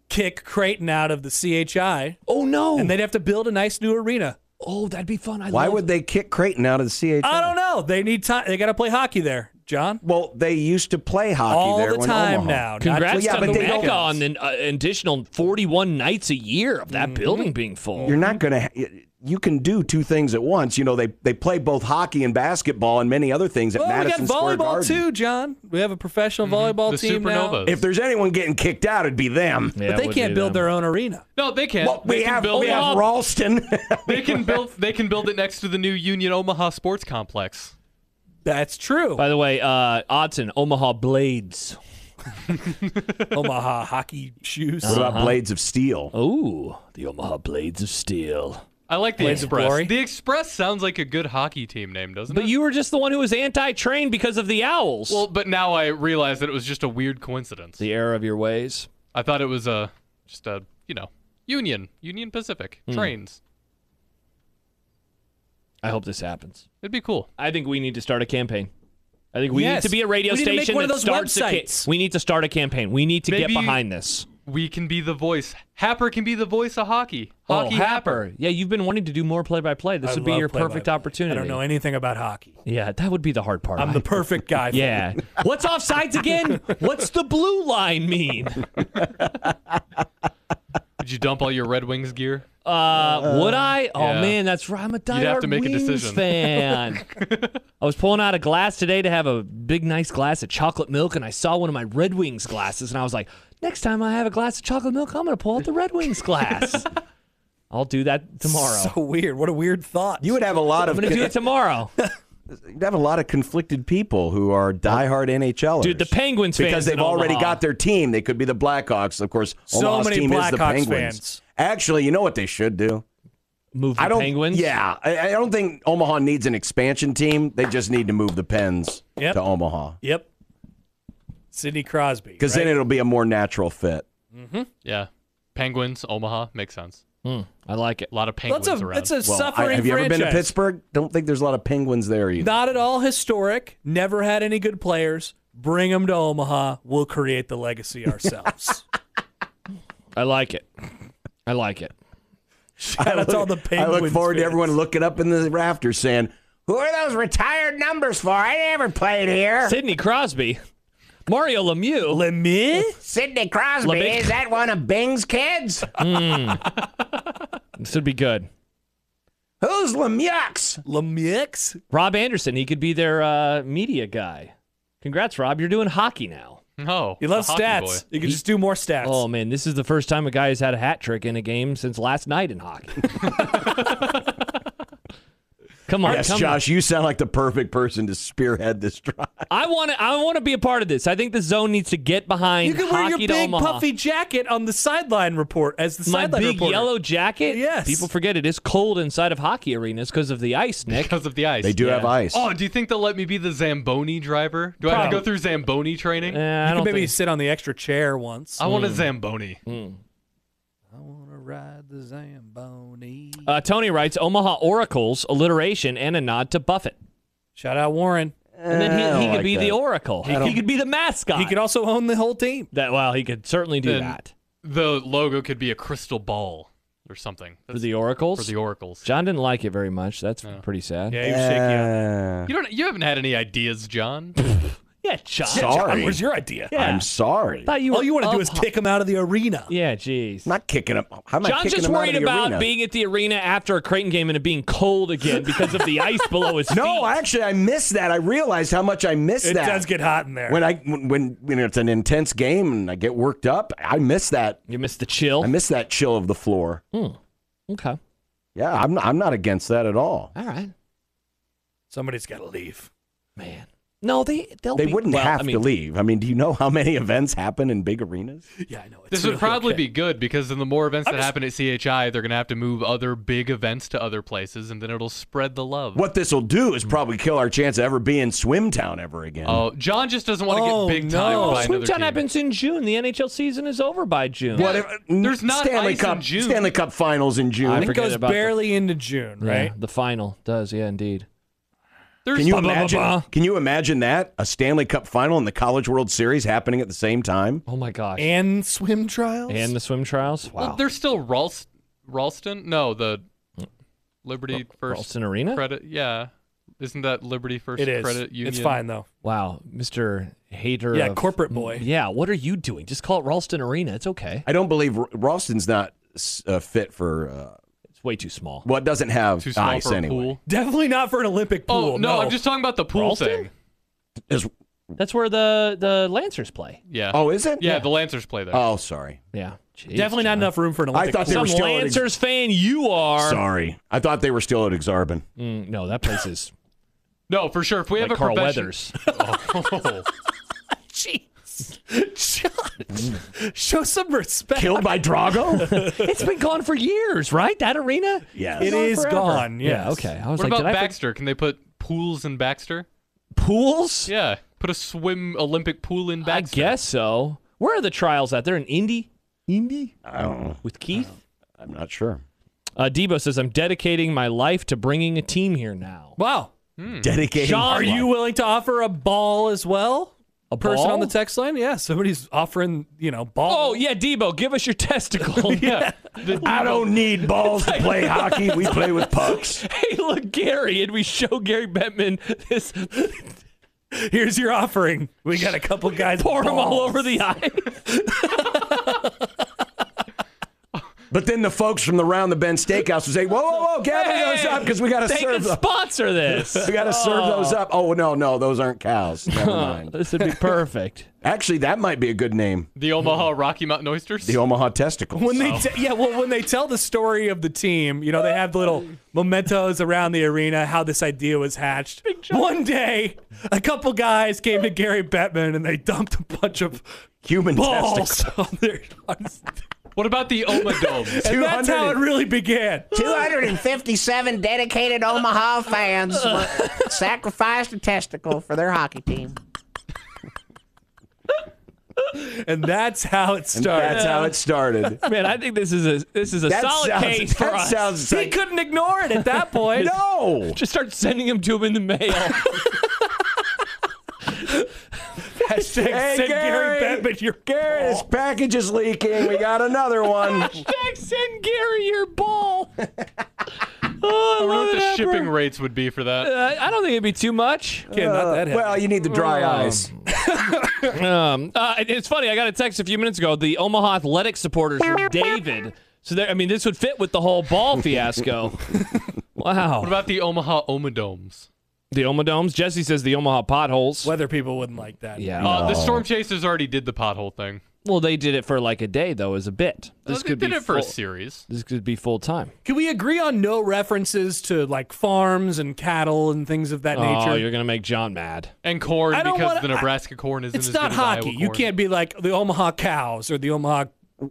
Speaker 5: kick Creighton out of the CHI
Speaker 8: Oh, no.
Speaker 5: and they'd have to build a nice new arena.
Speaker 8: oh, that'd be fun. I
Speaker 6: Why
Speaker 8: love
Speaker 6: would they kick Creighton out of the CHL?
Speaker 5: I don't know. They need time. They got to play hockey there, John.
Speaker 6: Well, they used to play hockey
Speaker 5: All
Speaker 6: there
Speaker 5: the
Speaker 6: in
Speaker 5: time
Speaker 6: Omaha.
Speaker 5: now. not
Speaker 8: Congrats
Speaker 5: just
Speaker 6: Well, yeah,
Speaker 8: to
Speaker 5: on
Speaker 6: but
Speaker 5: the
Speaker 6: they
Speaker 8: Mecca
Speaker 6: don't-
Speaker 5: weekends.
Speaker 8: on an uh, additional 41 nights a year of
Speaker 5: Mm-hmm.
Speaker 8: that building being full.
Speaker 6: You're not going to. You can do two things at once. You know, they they play both hockey and basketball and many other things at
Speaker 5: Well, we got
Speaker 6: Madison
Speaker 5: volleyball
Speaker 6: Square Garden.
Speaker 5: too, John. We have a professional
Speaker 8: Mm-hmm.
Speaker 5: volleyball
Speaker 7: the
Speaker 5: team now.
Speaker 7: Supernovas.
Speaker 6: If there's anyone getting kicked out, it'd be them.
Speaker 8: Yeah,
Speaker 5: But
Speaker 8: it
Speaker 5: they
Speaker 8: would
Speaker 5: can't
Speaker 8: be
Speaker 5: build
Speaker 8: them.
Speaker 5: their own arena.
Speaker 7: no, they can't.
Speaker 6: Well,
Speaker 7: they
Speaker 6: we
Speaker 7: can
Speaker 6: have
Speaker 7: build
Speaker 6: we
Speaker 7: it.
Speaker 6: have Ralston.
Speaker 7: They can build they can build it next to the new Union Omaha Sports Complex.
Speaker 5: That's true.
Speaker 8: By the way, uh, Odson, Omaha Blades.
Speaker 5: Omaha hockey shoes.
Speaker 6: What about Blades of Steel?
Speaker 8: Oh, the Omaha Blades of Steel.
Speaker 5: Mm-hmm.
Speaker 7: I like the
Speaker 5: Blades of Glory.
Speaker 7: Express. The Express sounds like a good hockey team name, doesn't
Speaker 8: But
Speaker 7: it?
Speaker 8: you were just the one who was anti-train because of the owls.
Speaker 7: well, but now I realize that it was just a weird coincidence.
Speaker 8: the error of your ways.
Speaker 7: I thought it was a just a you know Union Union Pacific trains.
Speaker 8: I hope this happens.
Speaker 7: It'd be cool.
Speaker 8: I think we need to start a campaign. I think we
Speaker 5: Yes.
Speaker 8: need to be a radio
Speaker 5: We need to
Speaker 8: station
Speaker 5: make one of
Speaker 8: that
Speaker 5: those
Speaker 8: starts a ca-
Speaker 5: websites.
Speaker 8: we need to start a campaign. We need to
Speaker 7: Maybe-
Speaker 8: get behind this.
Speaker 7: We can be the voice. Happer can be the voice of hockey. Hockey
Speaker 8: oh, Happer. Yeah, you've been wanting to do more play-by-play. This
Speaker 5: I
Speaker 8: would be
Speaker 5: love
Speaker 8: your
Speaker 5: play-by-play.
Speaker 8: perfect opportunity.
Speaker 5: I don't know anything about hockey.
Speaker 8: Yeah, that would be the hard part.
Speaker 5: I'm the perfect guy. for
Speaker 8: yeah. What's offsides again? What's the blue line mean?
Speaker 7: Would you dump all your Red Wings gear?
Speaker 8: Uh, would I? Oh
Speaker 7: yeah.
Speaker 8: man, that's right. I'm a diehard
Speaker 7: You'd have to make a
Speaker 8: Wings
Speaker 7: decision.
Speaker 8: fan. I was pulling out a glass today to have a big, nice glass of chocolate milk, and I saw one of my Red Wings glasses, and I was like, next time I have a glass of chocolate milk, I'm gonna pull out the Red Wings glass. I'll do that tomorrow.
Speaker 5: So weird. What a weird thought.
Speaker 6: You would have a lot
Speaker 8: I'm
Speaker 6: of
Speaker 8: gonna do it tomorrow,
Speaker 6: you'd have a lot of conflicted people who are diehard NHLers.
Speaker 8: dude. The Penguins fans
Speaker 6: because they've
Speaker 8: in
Speaker 6: already
Speaker 8: Omaha.
Speaker 6: got their team. They could be the Blackhawks, of course.
Speaker 5: So
Speaker 6: Omaha's
Speaker 5: many
Speaker 6: team is the
Speaker 5: Blackhawks
Speaker 6: Penguins.
Speaker 5: fans.
Speaker 6: Actually, you know what they should do?
Speaker 8: move the
Speaker 6: I don't.
Speaker 8: Penguins.
Speaker 6: Yeah, I, I don't think Omaha needs an expansion team. They just need to move the Pens
Speaker 5: Yep.
Speaker 6: to Omaha
Speaker 5: Yep. Sidney Crosby.
Speaker 6: because
Speaker 5: right?
Speaker 6: then it'll be a more natural fit.
Speaker 7: Yeah. Penguins, Omaha, makes sense.
Speaker 8: I like it.
Speaker 7: A lot of penguins
Speaker 5: that's a
Speaker 7: around.
Speaker 5: that's a
Speaker 6: Well, I-
Speaker 5: suffering
Speaker 6: have you ever
Speaker 5: franchise.
Speaker 6: been to Pittsburgh? Don't think there's a lot of Penguins there either.
Speaker 5: Not at all historic. Never had any good players. Bring them to Omaha. We'll create the legacy ourselves.
Speaker 8: I like it. I like it.
Speaker 5: Shout out to all the
Speaker 6: I
Speaker 5: Penguins.
Speaker 6: look forward to
Speaker 5: fans.
Speaker 6: everyone looking up in the rafters saying, Who are those retired numbers for? I never played here.
Speaker 8: Sidney Crosby, Mario Lemieux, Lemieux.
Speaker 6: Sidney Crosby,
Speaker 8: Levick.
Speaker 6: is that one of Bing's kids?
Speaker 8: This would be good.
Speaker 6: Who's Lemux?
Speaker 5: Lemix?
Speaker 8: Rob Anderson, he could be their uh, media guy. Congrats, Rob. You're doing hockey now.
Speaker 7: No,
Speaker 5: He loves
Speaker 7: the hockey
Speaker 5: stats.
Speaker 7: boy.
Speaker 5: You can just do more stats.
Speaker 8: Oh man, this is the first time a guy has had a hat trick in a game since last night in hockey. come on,
Speaker 6: Yes,
Speaker 8: come on.
Speaker 6: Josh, you sound like the perfect person to spearhead this drive.
Speaker 8: I want to. I want to be a part of this. I think the zone needs to get behind.
Speaker 5: You can wear your
Speaker 8: hockey to
Speaker 5: big
Speaker 8: Omaha.
Speaker 5: puffy jacket on the sideline report as the
Speaker 8: My
Speaker 5: sideline
Speaker 8: big
Speaker 5: reporter.
Speaker 8: yellow jacket.
Speaker 5: Yes.
Speaker 8: People forget it is cold inside of hockey arenas because of the ice, Nick.
Speaker 7: because of the ice.
Speaker 6: They do have ice.
Speaker 7: Oh, do you think they'll let me be the Zamboni driver? Do I have to go
Speaker 5: Probably.
Speaker 7: through Zamboni training?
Speaker 8: Eh,
Speaker 5: You
Speaker 8: I
Speaker 5: can
Speaker 8: don't
Speaker 5: maybe
Speaker 8: think.
Speaker 5: sit on the extra chair once.
Speaker 7: I want a Zamboni.
Speaker 5: I want to ride the Zamboni.
Speaker 8: Uh, Tony writes Omaha Oracles alliteration and a nod to Buffett,
Speaker 5: Shout out Warren.
Speaker 8: and then
Speaker 6: Oh, I don't
Speaker 8: he, he could
Speaker 6: like
Speaker 8: be
Speaker 6: that.
Speaker 8: the Oracle. He, could be the mascot.
Speaker 5: He could also own the whole team.
Speaker 8: that well, he could certainly do
Speaker 7: Then-
Speaker 8: that
Speaker 7: The logo could be a crystal ball or something
Speaker 8: for the Oracles.
Speaker 7: for the Oracles.
Speaker 8: John didn't like it very much. That's pretty sad.
Speaker 5: Yeah, he was shaky. on it.
Speaker 7: You don't. You haven't had any ideas, John.
Speaker 8: Yeah, John.
Speaker 6: Sorry.
Speaker 5: Where's your idea?
Speaker 6: I'm sorry.
Speaker 8: Thought you
Speaker 5: All
Speaker 8: were
Speaker 5: you want to do
Speaker 8: up
Speaker 5: is
Speaker 8: high.
Speaker 5: kick him out of the arena.
Speaker 8: Yeah, jeez.
Speaker 6: not kicking up. How am I
Speaker 8: John's
Speaker 6: kicking
Speaker 8: just
Speaker 6: him out of
Speaker 8: worried
Speaker 6: the
Speaker 8: about
Speaker 6: arena?
Speaker 8: being at the arena after a Creighton game and it being cold again because of the ice below his feet.
Speaker 6: No, actually, I missed that. I realized how much I missed
Speaker 5: It
Speaker 6: that.
Speaker 5: does get hot in there.
Speaker 6: when I when when you know, it's an intense game and I get worked up. I miss that.
Speaker 8: you missed the chill.
Speaker 6: I miss that chill of the floor.
Speaker 8: okay,
Speaker 6: Yeah, I'm not, I'm not against that at all.
Speaker 8: all right,
Speaker 5: Somebody's got to leave.
Speaker 8: man. No, they they'll
Speaker 6: They
Speaker 8: be-
Speaker 6: wouldn't
Speaker 8: well,
Speaker 6: have
Speaker 8: I
Speaker 6: to
Speaker 8: mean,
Speaker 6: leave. I mean, do you know how many events happen in big arenas?
Speaker 5: Yeah, I know. It's
Speaker 7: This
Speaker 5: really
Speaker 7: would probably
Speaker 5: okay.
Speaker 7: be good because then the more events that
Speaker 5: just-
Speaker 7: happen at CHI, they're gonna have to move other big events to other places, and then it'll spread the love.
Speaker 6: What this will do is probably kill our chance of ever being in Swimtown ever again.
Speaker 7: Oh, John just doesn't want to
Speaker 5: Oh,
Speaker 7: get big time
Speaker 5: no.
Speaker 7: by
Speaker 8: Swim
Speaker 7: another
Speaker 8: Town
Speaker 7: team.
Speaker 8: happens in June. The NHL season is over by June.
Speaker 6: What mm,
Speaker 7: Yeah, there's not
Speaker 6: uh, Stanley
Speaker 7: ice in
Speaker 6: Cup
Speaker 7: June.
Speaker 6: Stanley Cup Finals in June?
Speaker 8: I
Speaker 5: It
Speaker 8: forget
Speaker 5: goes
Speaker 8: about the-
Speaker 5: barely into June,
Speaker 8: Yeah,
Speaker 5: right?
Speaker 8: the final does. Yeah, indeed.
Speaker 7: There's
Speaker 6: Can you
Speaker 7: blah, blah, blah,
Speaker 6: imagine?
Speaker 7: blah.
Speaker 6: Can you imagine that a Stanley Cup final and the College World Series happening at the same time?
Speaker 8: Oh my gosh. And,
Speaker 5: And swim trials.
Speaker 8: the swim trials.
Speaker 7: Well, there's still Ralston. Ralston? No, the Liberty First
Speaker 8: Ralston Arena.
Speaker 7: Credit. Yeah, isn't that Liberty First
Speaker 5: it is.
Speaker 7: Credit Union?
Speaker 5: It's fine though.
Speaker 8: Wow, Mr. Hater.
Speaker 5: Yeah,
Speaker 8: of-
Speaker 5: corporate boy.
Speaker 8: Yeah, what are you doing? Just call it Ralston Arena. It's okay.
Speaker 6: I don't believe R- Ralston's not s- uh, fit for uh,
Speaker 8: It's way too small.
Speaker 6: well, it doesn't have
Speaker 7: Too small
Speaker 6: ice
Speaker 7: for a
Speaker 6: anyway.
Speaker 7: pool.
Speaker 5: Definitely not for an Olympic pool.
Speaker 7: Oh no, I'm just talking about the pool
Speaker 8: Ralston?
Speaker 7: thing.
Speaker 6: Is-
Speaker 8: That's where the the Lancers play.
Speaker 7: Yeah.
Speaker 6: oh, is it?
Speaker 7: yeah, The Lancers play there.
Speaker 6: Oh, sorry.
Speaker 8: Yeah, Jeez,
Speaker 5: definitely not
Speaker 8: John.
Speaker 5: enough room for an
Speaker 6: I
Speaker 5: Olympic.
Speaker 6: thought they
Speaker 5: pool.
Speaker 6: were
Speaker 8: Some
Speaker 6: still at ex-
Speaker 8: Lancers fan you are.
Speaker 6: Sorry, I thought they were still at Exarban.
Speaker 8: Mm, no, that place is
Speaker 7: no, for sure. If we
Speaker 8: like
Speaker 7: have a
Speaker 8: Carl
Speaker 7: profession-
Speaker 8: Weathers.
Speaker 7: Oh.
Speaker 5: John, show some respect.
Speaker 6: Killed by Drago?
Speaker 8: it's been gone for years, right? That arena.
Speaker 6: yes.
Speaker 5: It is
Speaker 8: forever.
Speaker 5: gone.
Speaker 8: Yeah.
Speaker 5: yes.
Speaker 8: Okay. I was
Speaker 7: What
Speaker 8: like, did
Speaker 7: about
Speaker 8: I for-
Speaker 7: Baxter? Can they put pools in Baxter?
Speaker 8: pools?
Speaker 7: Yeah, put a swim Olympic pool in
Speaker 8: I
Speaker 7: Baxter.
Speaker 8: guess so. Where are the trials at? They're in Indy. Indy
Speaker 6: I don't know.
Speaker 8: with Keith.
Speaker 6: I'm not sure.
Speaker 8: Uh, Debo says, "I'm dedicating my life to bringing a team here now."
Speaker 5: Wow.
Speaker 6: Dedicated.
Speaker 5: John, are you willing to offer a ball as well?
Speaker 8: A
Speaker 5: Person on the
Speaker 8: ball?
Speaker 5: text line? Yeah, somebody's offering, you know, ball. Oh,
Speaker 8: Oh yeah, Debo, give us your testicle. yeah.
Speaker 6: I don't need balls to play hockey. We play with pucks.
Speaker 8: Hey, look, Gary, and we show Gary Bettman this.
Speaker 5: Here's your offering. We got a couple guys.
Speaker 8: Pour him all
Speaker 5: balls.
Speaker 8: over the eye.
Speaker 6: But then the folks from the Round the Bend Steakhouse would say, "Whoa, whoa, whoa, gather those
Speaker 8: Hey,
Speaker 6: up because we got to
Speaker 8: They
Speaker 6: serve
Speaker 8: can
Speaker 6: them.
Speaker 8: sponsor this.
Speaker 6: We got to serve those up." Oh no, no, those aren't cows. Never mind.
Speaker 8: this would be perfect.
Speaker 6: Actually, that might be a good name.
Speaker 7: The Omaha Rocky Mountain Oysters.
Speaker 6: The Omaha testicles.
Speaker 5: When they te- yeah, well, when they tell the story of the team, you know, they have the little mementos around the arena how this idea was hatched. One day, a couple guys came to Gary Bettman and they dumped a bunch of
Speaker 6: Human
Speaker 5: balls
Speaker 6: testicles.
Speaker 5: on their. On his-
Speaker 7: what about the Oma Domes?
Speaker 5: and that's how it
Speaker 6: 200.
Speaker 5: really began.
Speaker 3: 257 dedicated Omaha fans were- sacrificed a testicle for their hockey team.
Speaker 5: And that's how it started.
Speaker 6: That's how it started.
Speaker 8: Man, I think this is a this is a
Speaker 6: That
Speaker 8: solid
Speaker 6: sounds-
Speaker 8: case for
Speaker 6: that
Speaker 8: us.
Speaker 6: sounds
Speaker 8: he
Speaker 6: like-
Speaker 8: could
Speaker 5: couldn't ignore it at that point.
Speaker 6: No.
Speaker 8: just start sending him to him in the mail.
Speaker 5: Hashtag
Speaker 6: Hey,
Speaker 5: send
Speaker 6: Gary.
Speaker 5: Gary, Bettman your
Speaker 6: Gary, this package is leaking. We got another one.
Speaker 8: Hashtag send Gary your ball. Oh, I
Speaker 7: I wonder
Speaker 8: love
Speaker 7: what the
Speaker 8: that, bro.
Speaker 7: shipping rates would be for that.
Speaker 8: Uh, I don't think it'd be too much.
Speaker 5: Again, not that heavy.
Speaker 6: Well, you need the dry
Speaker 5: Oh.
Speaker 6: eyes.
Speaker 8: Um, uh, it- it's funny. I got a text a few minutes ago. The Omaha Athletic supporters from David. So there, I mean, this would fit with the whole ball fiasco.
Speaker 7: What
Speaker 8: wow.
Speaker 7: about the Omaha Omadomes?
Speaker 8: The Omadomes. Jesse says the Omaha potholes.
Speaker 5: Weather people wouldn't like that.
Speaker 8: Yeah.
Speaker 7: Uh, the storm chasers already did the pothole thing.
Speaker 8: well, they did it for like a day though, as a bit. This
Speaker 7: Uh, they
Speaker 8: could
Speaker 7: did
Speaker 8: be
Speaker 7: it for a
Speaker 8: full-
Speaker 7: series.
Speaker 8: This could be full time.
Speaker 5: Can we agree on no references to like farms and cattle and things of that
Speaker 8: Oh,
Speaker 5: nature?
Speaker 8: you're gonna make John mad.
Speaker 7: And corn
Speaker 5: I don't
Speaker 7: because
Speaker 5: wanna-
Speaker 7: the Nebraska corn isn't
Speaker 5: it's
Speaker 7: as
Speaker 5: not
Speaker 7: good as Iowa
Speaker 5: hockey. You
Speaker 7: corn.
Speaker 5: can't be like the Omaha cows or the Omaha.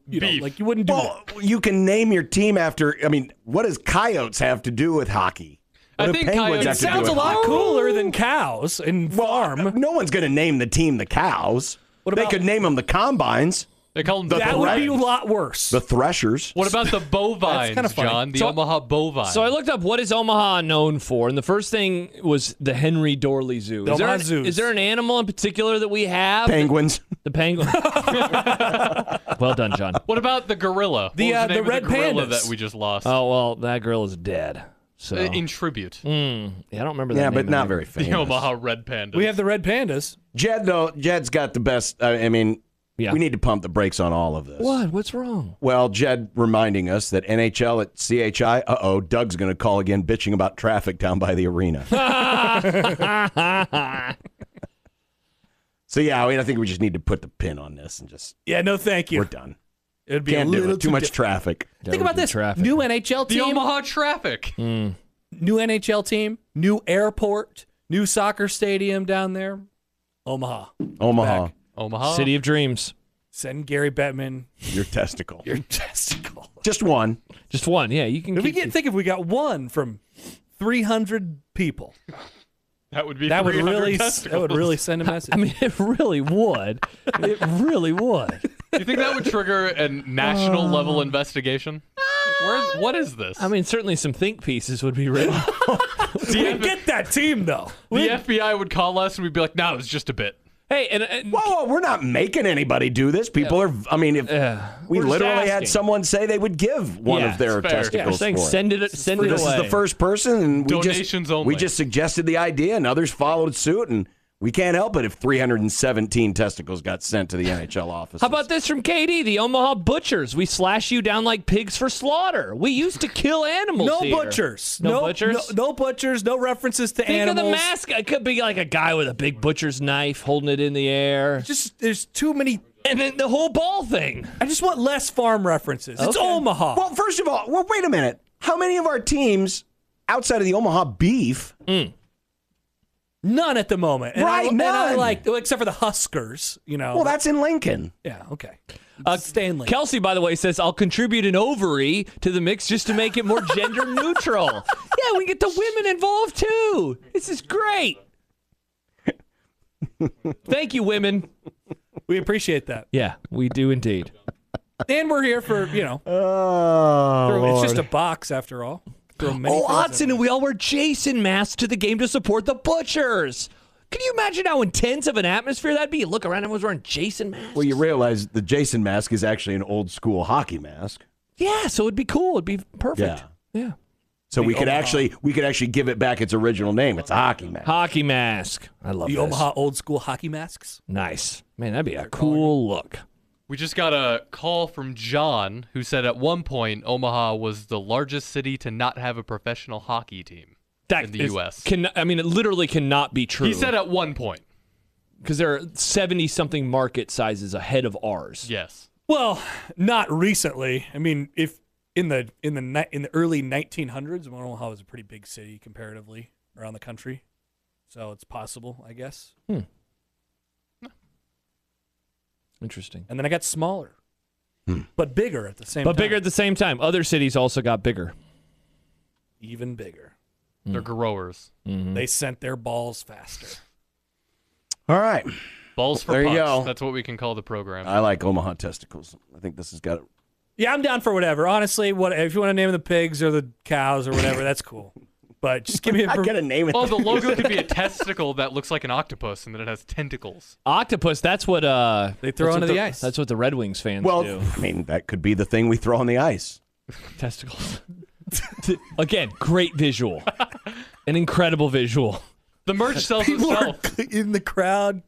Speaker 5: You know,
Speaker 7: Beef.
Speaker 5: like you wouldn't do
Speaker 6: Well, you can name your team after. I mean, what does coyotes have to do with hockey? What
Speaker 7: I
Speaker 6: do
Speaker 7: think
Speaker 6: penguins have
Speaker 7: coyotes-
Speaker 5: that.
Speaker 6: to do
Speaker 5: Sounds a
Speaker 6: with
Speaker 5: lot
Speaker 6: hockey?
Speaker 5: cooler than cows and farm.
Speaker 6: No one's going to name the team the cows. What
Speaker 5: about-
Speaker 6: they could name them the combines,
Speaker 7: They call them the.
Speaker 5: That would be a lot worse.
Speaker 6: the threshers.
Speaker 7: what about the bovines,
Speaker 5: kinda funny.
Speaker 7: John? The
Speaker 8: So-
Speaker 7: Omaha bovine.
Speaker 8: So I looked up what is Omaha known for, and the first thing was the Henry Dorley Zoo.
Speaker 5: The
Speaker 8: is, there
Speaker 5: Omaha
Speaker 8: an,
Speaker 5: zoos.
Speaker 8: is there an animal in particular that we have?
Speaker 6: Penguins.
Speaker 8: The penguin. well done, John.
Speaker 7: What about the gorilla?
Speaker 5: The,
Speaker 7: what was
Speaker 5: uh,
Speaker 7: the, name
Speaker 5: the
Speaker 7: of
Speaker 5: red
Speaker 7: the gorilla
Speaker 5: pandas.
Speaker 7: that we just lost
Speaker 8: Oh well, that girl is dead. So
Speaker 7: Uh, in tribute.
Speaker 6: Mm.
Speaker 8: yeah, I don't remember that.
Speaker 6: Yeah,
Speaker 8: name
Speaker 6: but
Speaker 8: in
Speaker 6: not
Speaker 8: there.
Speaker 6: very famous.
Speaker 7: The Omaha red panda.
Speaker 5: we have the red pandas.
Speaker 6: Jed, though, Jed's got the best. uh, I I mean,
Speaker 8: Yeah.
Speaker 6: we need to pump the brakes on all of this.
Speaker 8: What? What's wrong?
Speaker 6: Well, Jed reminding us that NHL at CHI, uh oh, Doug's going to call again bitching about traffic down by the arena. so, yeah, I mean, I think we just need to put the pin on this and just,
Speaker 5: Yeah, no, thank you.
Speaker 6: we're done.
Speaker 5: It'd be
Speaker 6: Can't
Speaker 5: a little
Speaker 6: do it. Too much
Speaker 5: different.
Speaker 6: traffic.
Speaker 5: Think about
Speaker 8: do
Speaker 5: this:
Speaker 8: traffic.
Speaker 5: new NHL
Speaker 7: the
Speaker 5: team,
Speaker 7: Omaha traffic.
Speaker 6: Mm.
Speaker 5: new NHL team, new airport, new soccer stadium down there, Omaha.
Speaker 6: Omaha,
Speaker 7: Omaha.
Speaker 8: City of Dreams.
Speaker 5: Send Gary Bettman
Speaker 6: your testicle.
Speaker 5: your testicle.
Speaker 6: Just one.
Speaker 8: Just one. Yeah, you can.
Speaker 5: If we
Speaker 8: Keep,
Speaker 5: get, think if we got one from 300 people,
Speaker 7: That would be.
Speaker 5: that would
Speaker 7: 300
Speaker 5: really that
Speaker 7: testicles.
Speaker 5: would really send a message.
Speaker 8: I mean, it really would. It really would.
Speaker 7: Do you think that would trigger a national
Speaker 5: Uh.
Speaker 7: level investigation? Like, Where, what is this?
Speaker 8: I mean, certainly some think pieces would be written.
Speaker 5: we get that team though.
Speaker 7: the FBI would call us and we'd be like, "No, it was just a bit."
Speaker 8: hey, and, and
Speaker 6: Whoa, whoa, Oh, we're not making anybody do this. People are, I mean, if we
Speaker 8: just
Speaker 6: literally had
Speaker 8: asking.
Speaker 6: someone say they would give one
Speaker 8: Yeah,
Speaker 6: of their
Speaker 7: it's fair.
Speaker 8: yeah,
Speaker 6: testicles.
Speaker 8: saying
Speaker 6: for it.
Speaker 8: send it, send it
Speaker 6: this
Speaker 8: away.
Speaker 6: is the first person and we
Speaker 7: Donations
Speaker 6: just,
Speaker 7: only.
Speaker 6: we just suggested the idea and others followed suit and we can't help it if 317 testicles got sent to the NHL office.
Speaker 8: How about this from Katie? The Omaha Butchers. We slash you down like pigs for slaughter. We used to kill animals.
Speaker 5: No
Speaker 8: here.
Speaker 5: butchers.
Speaker 8: No
Speaker 5: No
Speaker 8: butchers?
Speaker 5: No, no butchers. No references to
Speaker 8: Think
Speaker 5: animals.
Speaker 8: of the mask. It could be like a guy with a big butcher's knife holding it in the air.
Speaker 5: Just there's too many.
Speaker 8: And then the whole ball thing.
Speaker 5: I just want less farm references. It's
Speaker 8: Okay.
Speaker 5: Omaha.
Speaker 6: Well, first of all, well, wait a minute. How many of our teams outside of the Omaha beef?
Speaker 5: none at the moment. And
Speaker 6: Right,
Speaker 5: I, and I
Speaker 6: none.
Speaker 5: like well, except for the Huskers. You know.
Speaker 6: Well, that's in Lincoln.
Speaker 5: yeah. Okay. Stanley.
Speaker 8: Kelsey, by the way, says I'll contribute an ovary to the mix just to make it more gender neutral. Yeah, we can get the women involved too. This is great. Thank you, women.
Speaker 5: we appreciate that.
Speaker 8: Yeah, we do indeed.
Speaker 5: And we're here for you know.
Speaker 6: Oh,
Speaker 5: throw- it's just a box after all. Throw many
Speaker 8: Oh,
Speaker 5: things in.
Speaker 8: Odson, and we all wear Jason masks to the game to support the butchers. Can you imagine how intense of an atmosphere that'd be? You look around, everyone's wearing Jason masks.
Speaker 6: Well, you realize the Jason mask is actually an old school hockey mask.
Speaker 8: yeah, so it'd be cool. It'd be perfect.
Speaker 6: Yeah.
Speaker 8: Yeah.
Speaker 6: So we could actually we could actually give it back its original name. It's a hockey mask.
Speaker 8: Hockey mask. I love
Speaker 5: The
Speaker 8: this.
Speaker 5: Omaha old school hockey masks.
Speaker 8: Nice. Man, that'd be a cool look.
Speaker 7: We just got a call from John who said at one point Omaha was the largest city to not have a professional hockey team.
Speaker 8: That
Speaker 7: In the
Speaker 8: is-
Speaker 7: US.
Speaker 8: Can, I mean, it literally cannot be true.
Speaker 7: He said at one point.
Speaker 8: because there are 70 something market sizes ahead of ours.
Speaker 7: Yes.
Speaker 5: Well, not recently. I mean, if in the in the ni- in the early 1900s, Omaha was a pretty big city comparatively around the country, so it's possible, I guess.
Speaker 8: Interesting.
Speaker 5: And then I got smaller, but bigger at the same.
Speaker 8: But
Speaker 5: time.
Speaker 8: bigger at the same time. Other cities also got bigger.
Speaker 5: even bigger.
Speaker 7: They're
Speaker 6: Mm.
Speaker 7: growers.
Speaker 5: They sent their balls faster.
Speaker 6: All right.
Speaker 7: Balls for
Speaker 6: There you
Speaker 7: pucks.
Speaker 6: go.
Speaker 7: That's what we can call the program.
Speaker 6: I like Omaha testicles. I think this has got it.
Speaker 5: Yeah, I'm down for whatever. Honestly, what if you want to name the pigs or the cows or whatever, that's cool. But just give me a
Speaker 6: I
Speaker 5: pro-
Speaker 6: gotta name it.
Speaker 7: oh, the logo could be a testicle that looks like an octopus and then it has tentacles.
Speaker 5: Uh,
Speaker 8: Octopus, that's what uh,
Speaker 5: They throw
Speaker 8: that's
Speaker 5: onto
Speaker 8: what
Speaker 5: the ice.
Speaker 8: That's what the Red Wings fans
Speaker 6: Well,
Speaker 8: do.
Speaker 6: I mean, that could be the thing we throw on the ice.
Speaker 8: Testicles. Again, great visual. An incredible visual.
Speaker 7: The merch sells itself.
Speaker 5: in the crowd,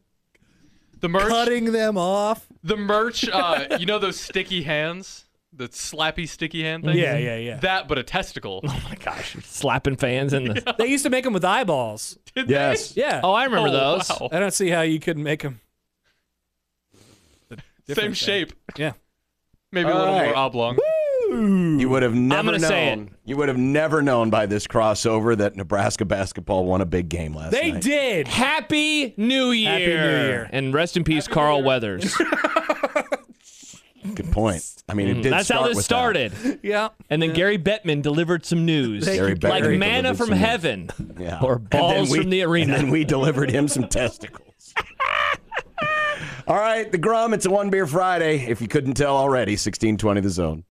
Speaker 7: The merch.
Speaker 5: cutting them off.
Speaker 7: The merch. Uh, you know those sticky hands. The slappy sticky hand thing.
Speaker 5: Yeah, yeah, yeah.
Speaker 7: That, but a testicle.
Speaker 8: Oh my gosh, slapping fans in the.
Speaker 5: They used to make them with eyeballs.
Speaker 6: Yes.
Speaker 5: Yeah.
Speaker 8: Oh, I remember
Speaker 7: Oh,
Speaker 8: those.
Speaker 7: wow.
Speaker 5: I don't see how you couldn't make them.
Speaker 7: Same shape.
Speaker 5: Yeah.
Speaker 7: Maybe a
Speaker 6: All
Speaker 7: little
Speaker 6: right.
Speaker 7: more oblong.
Speaker 6: You would have never
Speaker 8: gonna say
Speaker 6: known. You would have never known by this crossover that Nebraska basketball won a big game last
Speaker 5: They
Speaker 6: night.
Speaker 5: did.
Speaker 8: Happy New Year.
Speaker 5: Year.
Speaker 8: And rest in peace, Carl Weathers.
Speaker 6: Good point. I mean, it did.
Speaker 8: Mm-hmm. That's how
Speaker 6: start
Speaker 8: this
Speaker 6: with that.
Speaker 8: started.
Speaker 5: Yeah.
Speaker 8: And then Gary Bettman delivered some news.
Speaker 6: Gary
Speaker 8: like
Speaker 6: Bettman
Speaker 8: manna
Speaker 6: delivered
Speaker 8: from
Speaker 6: some-
Speaker 8: heaven.
Speaker 6: Yeah.
Speaker 8: Or
Speaker 6: And then
Speaker 8: balls
Speaker 6: we-
Speaker 8: from the arena.
Speaker 6: And then we delivered him some testicles. All right, the Grum. It's a one beer Friday. If you couldn't tell already, sixteen twenty the zone.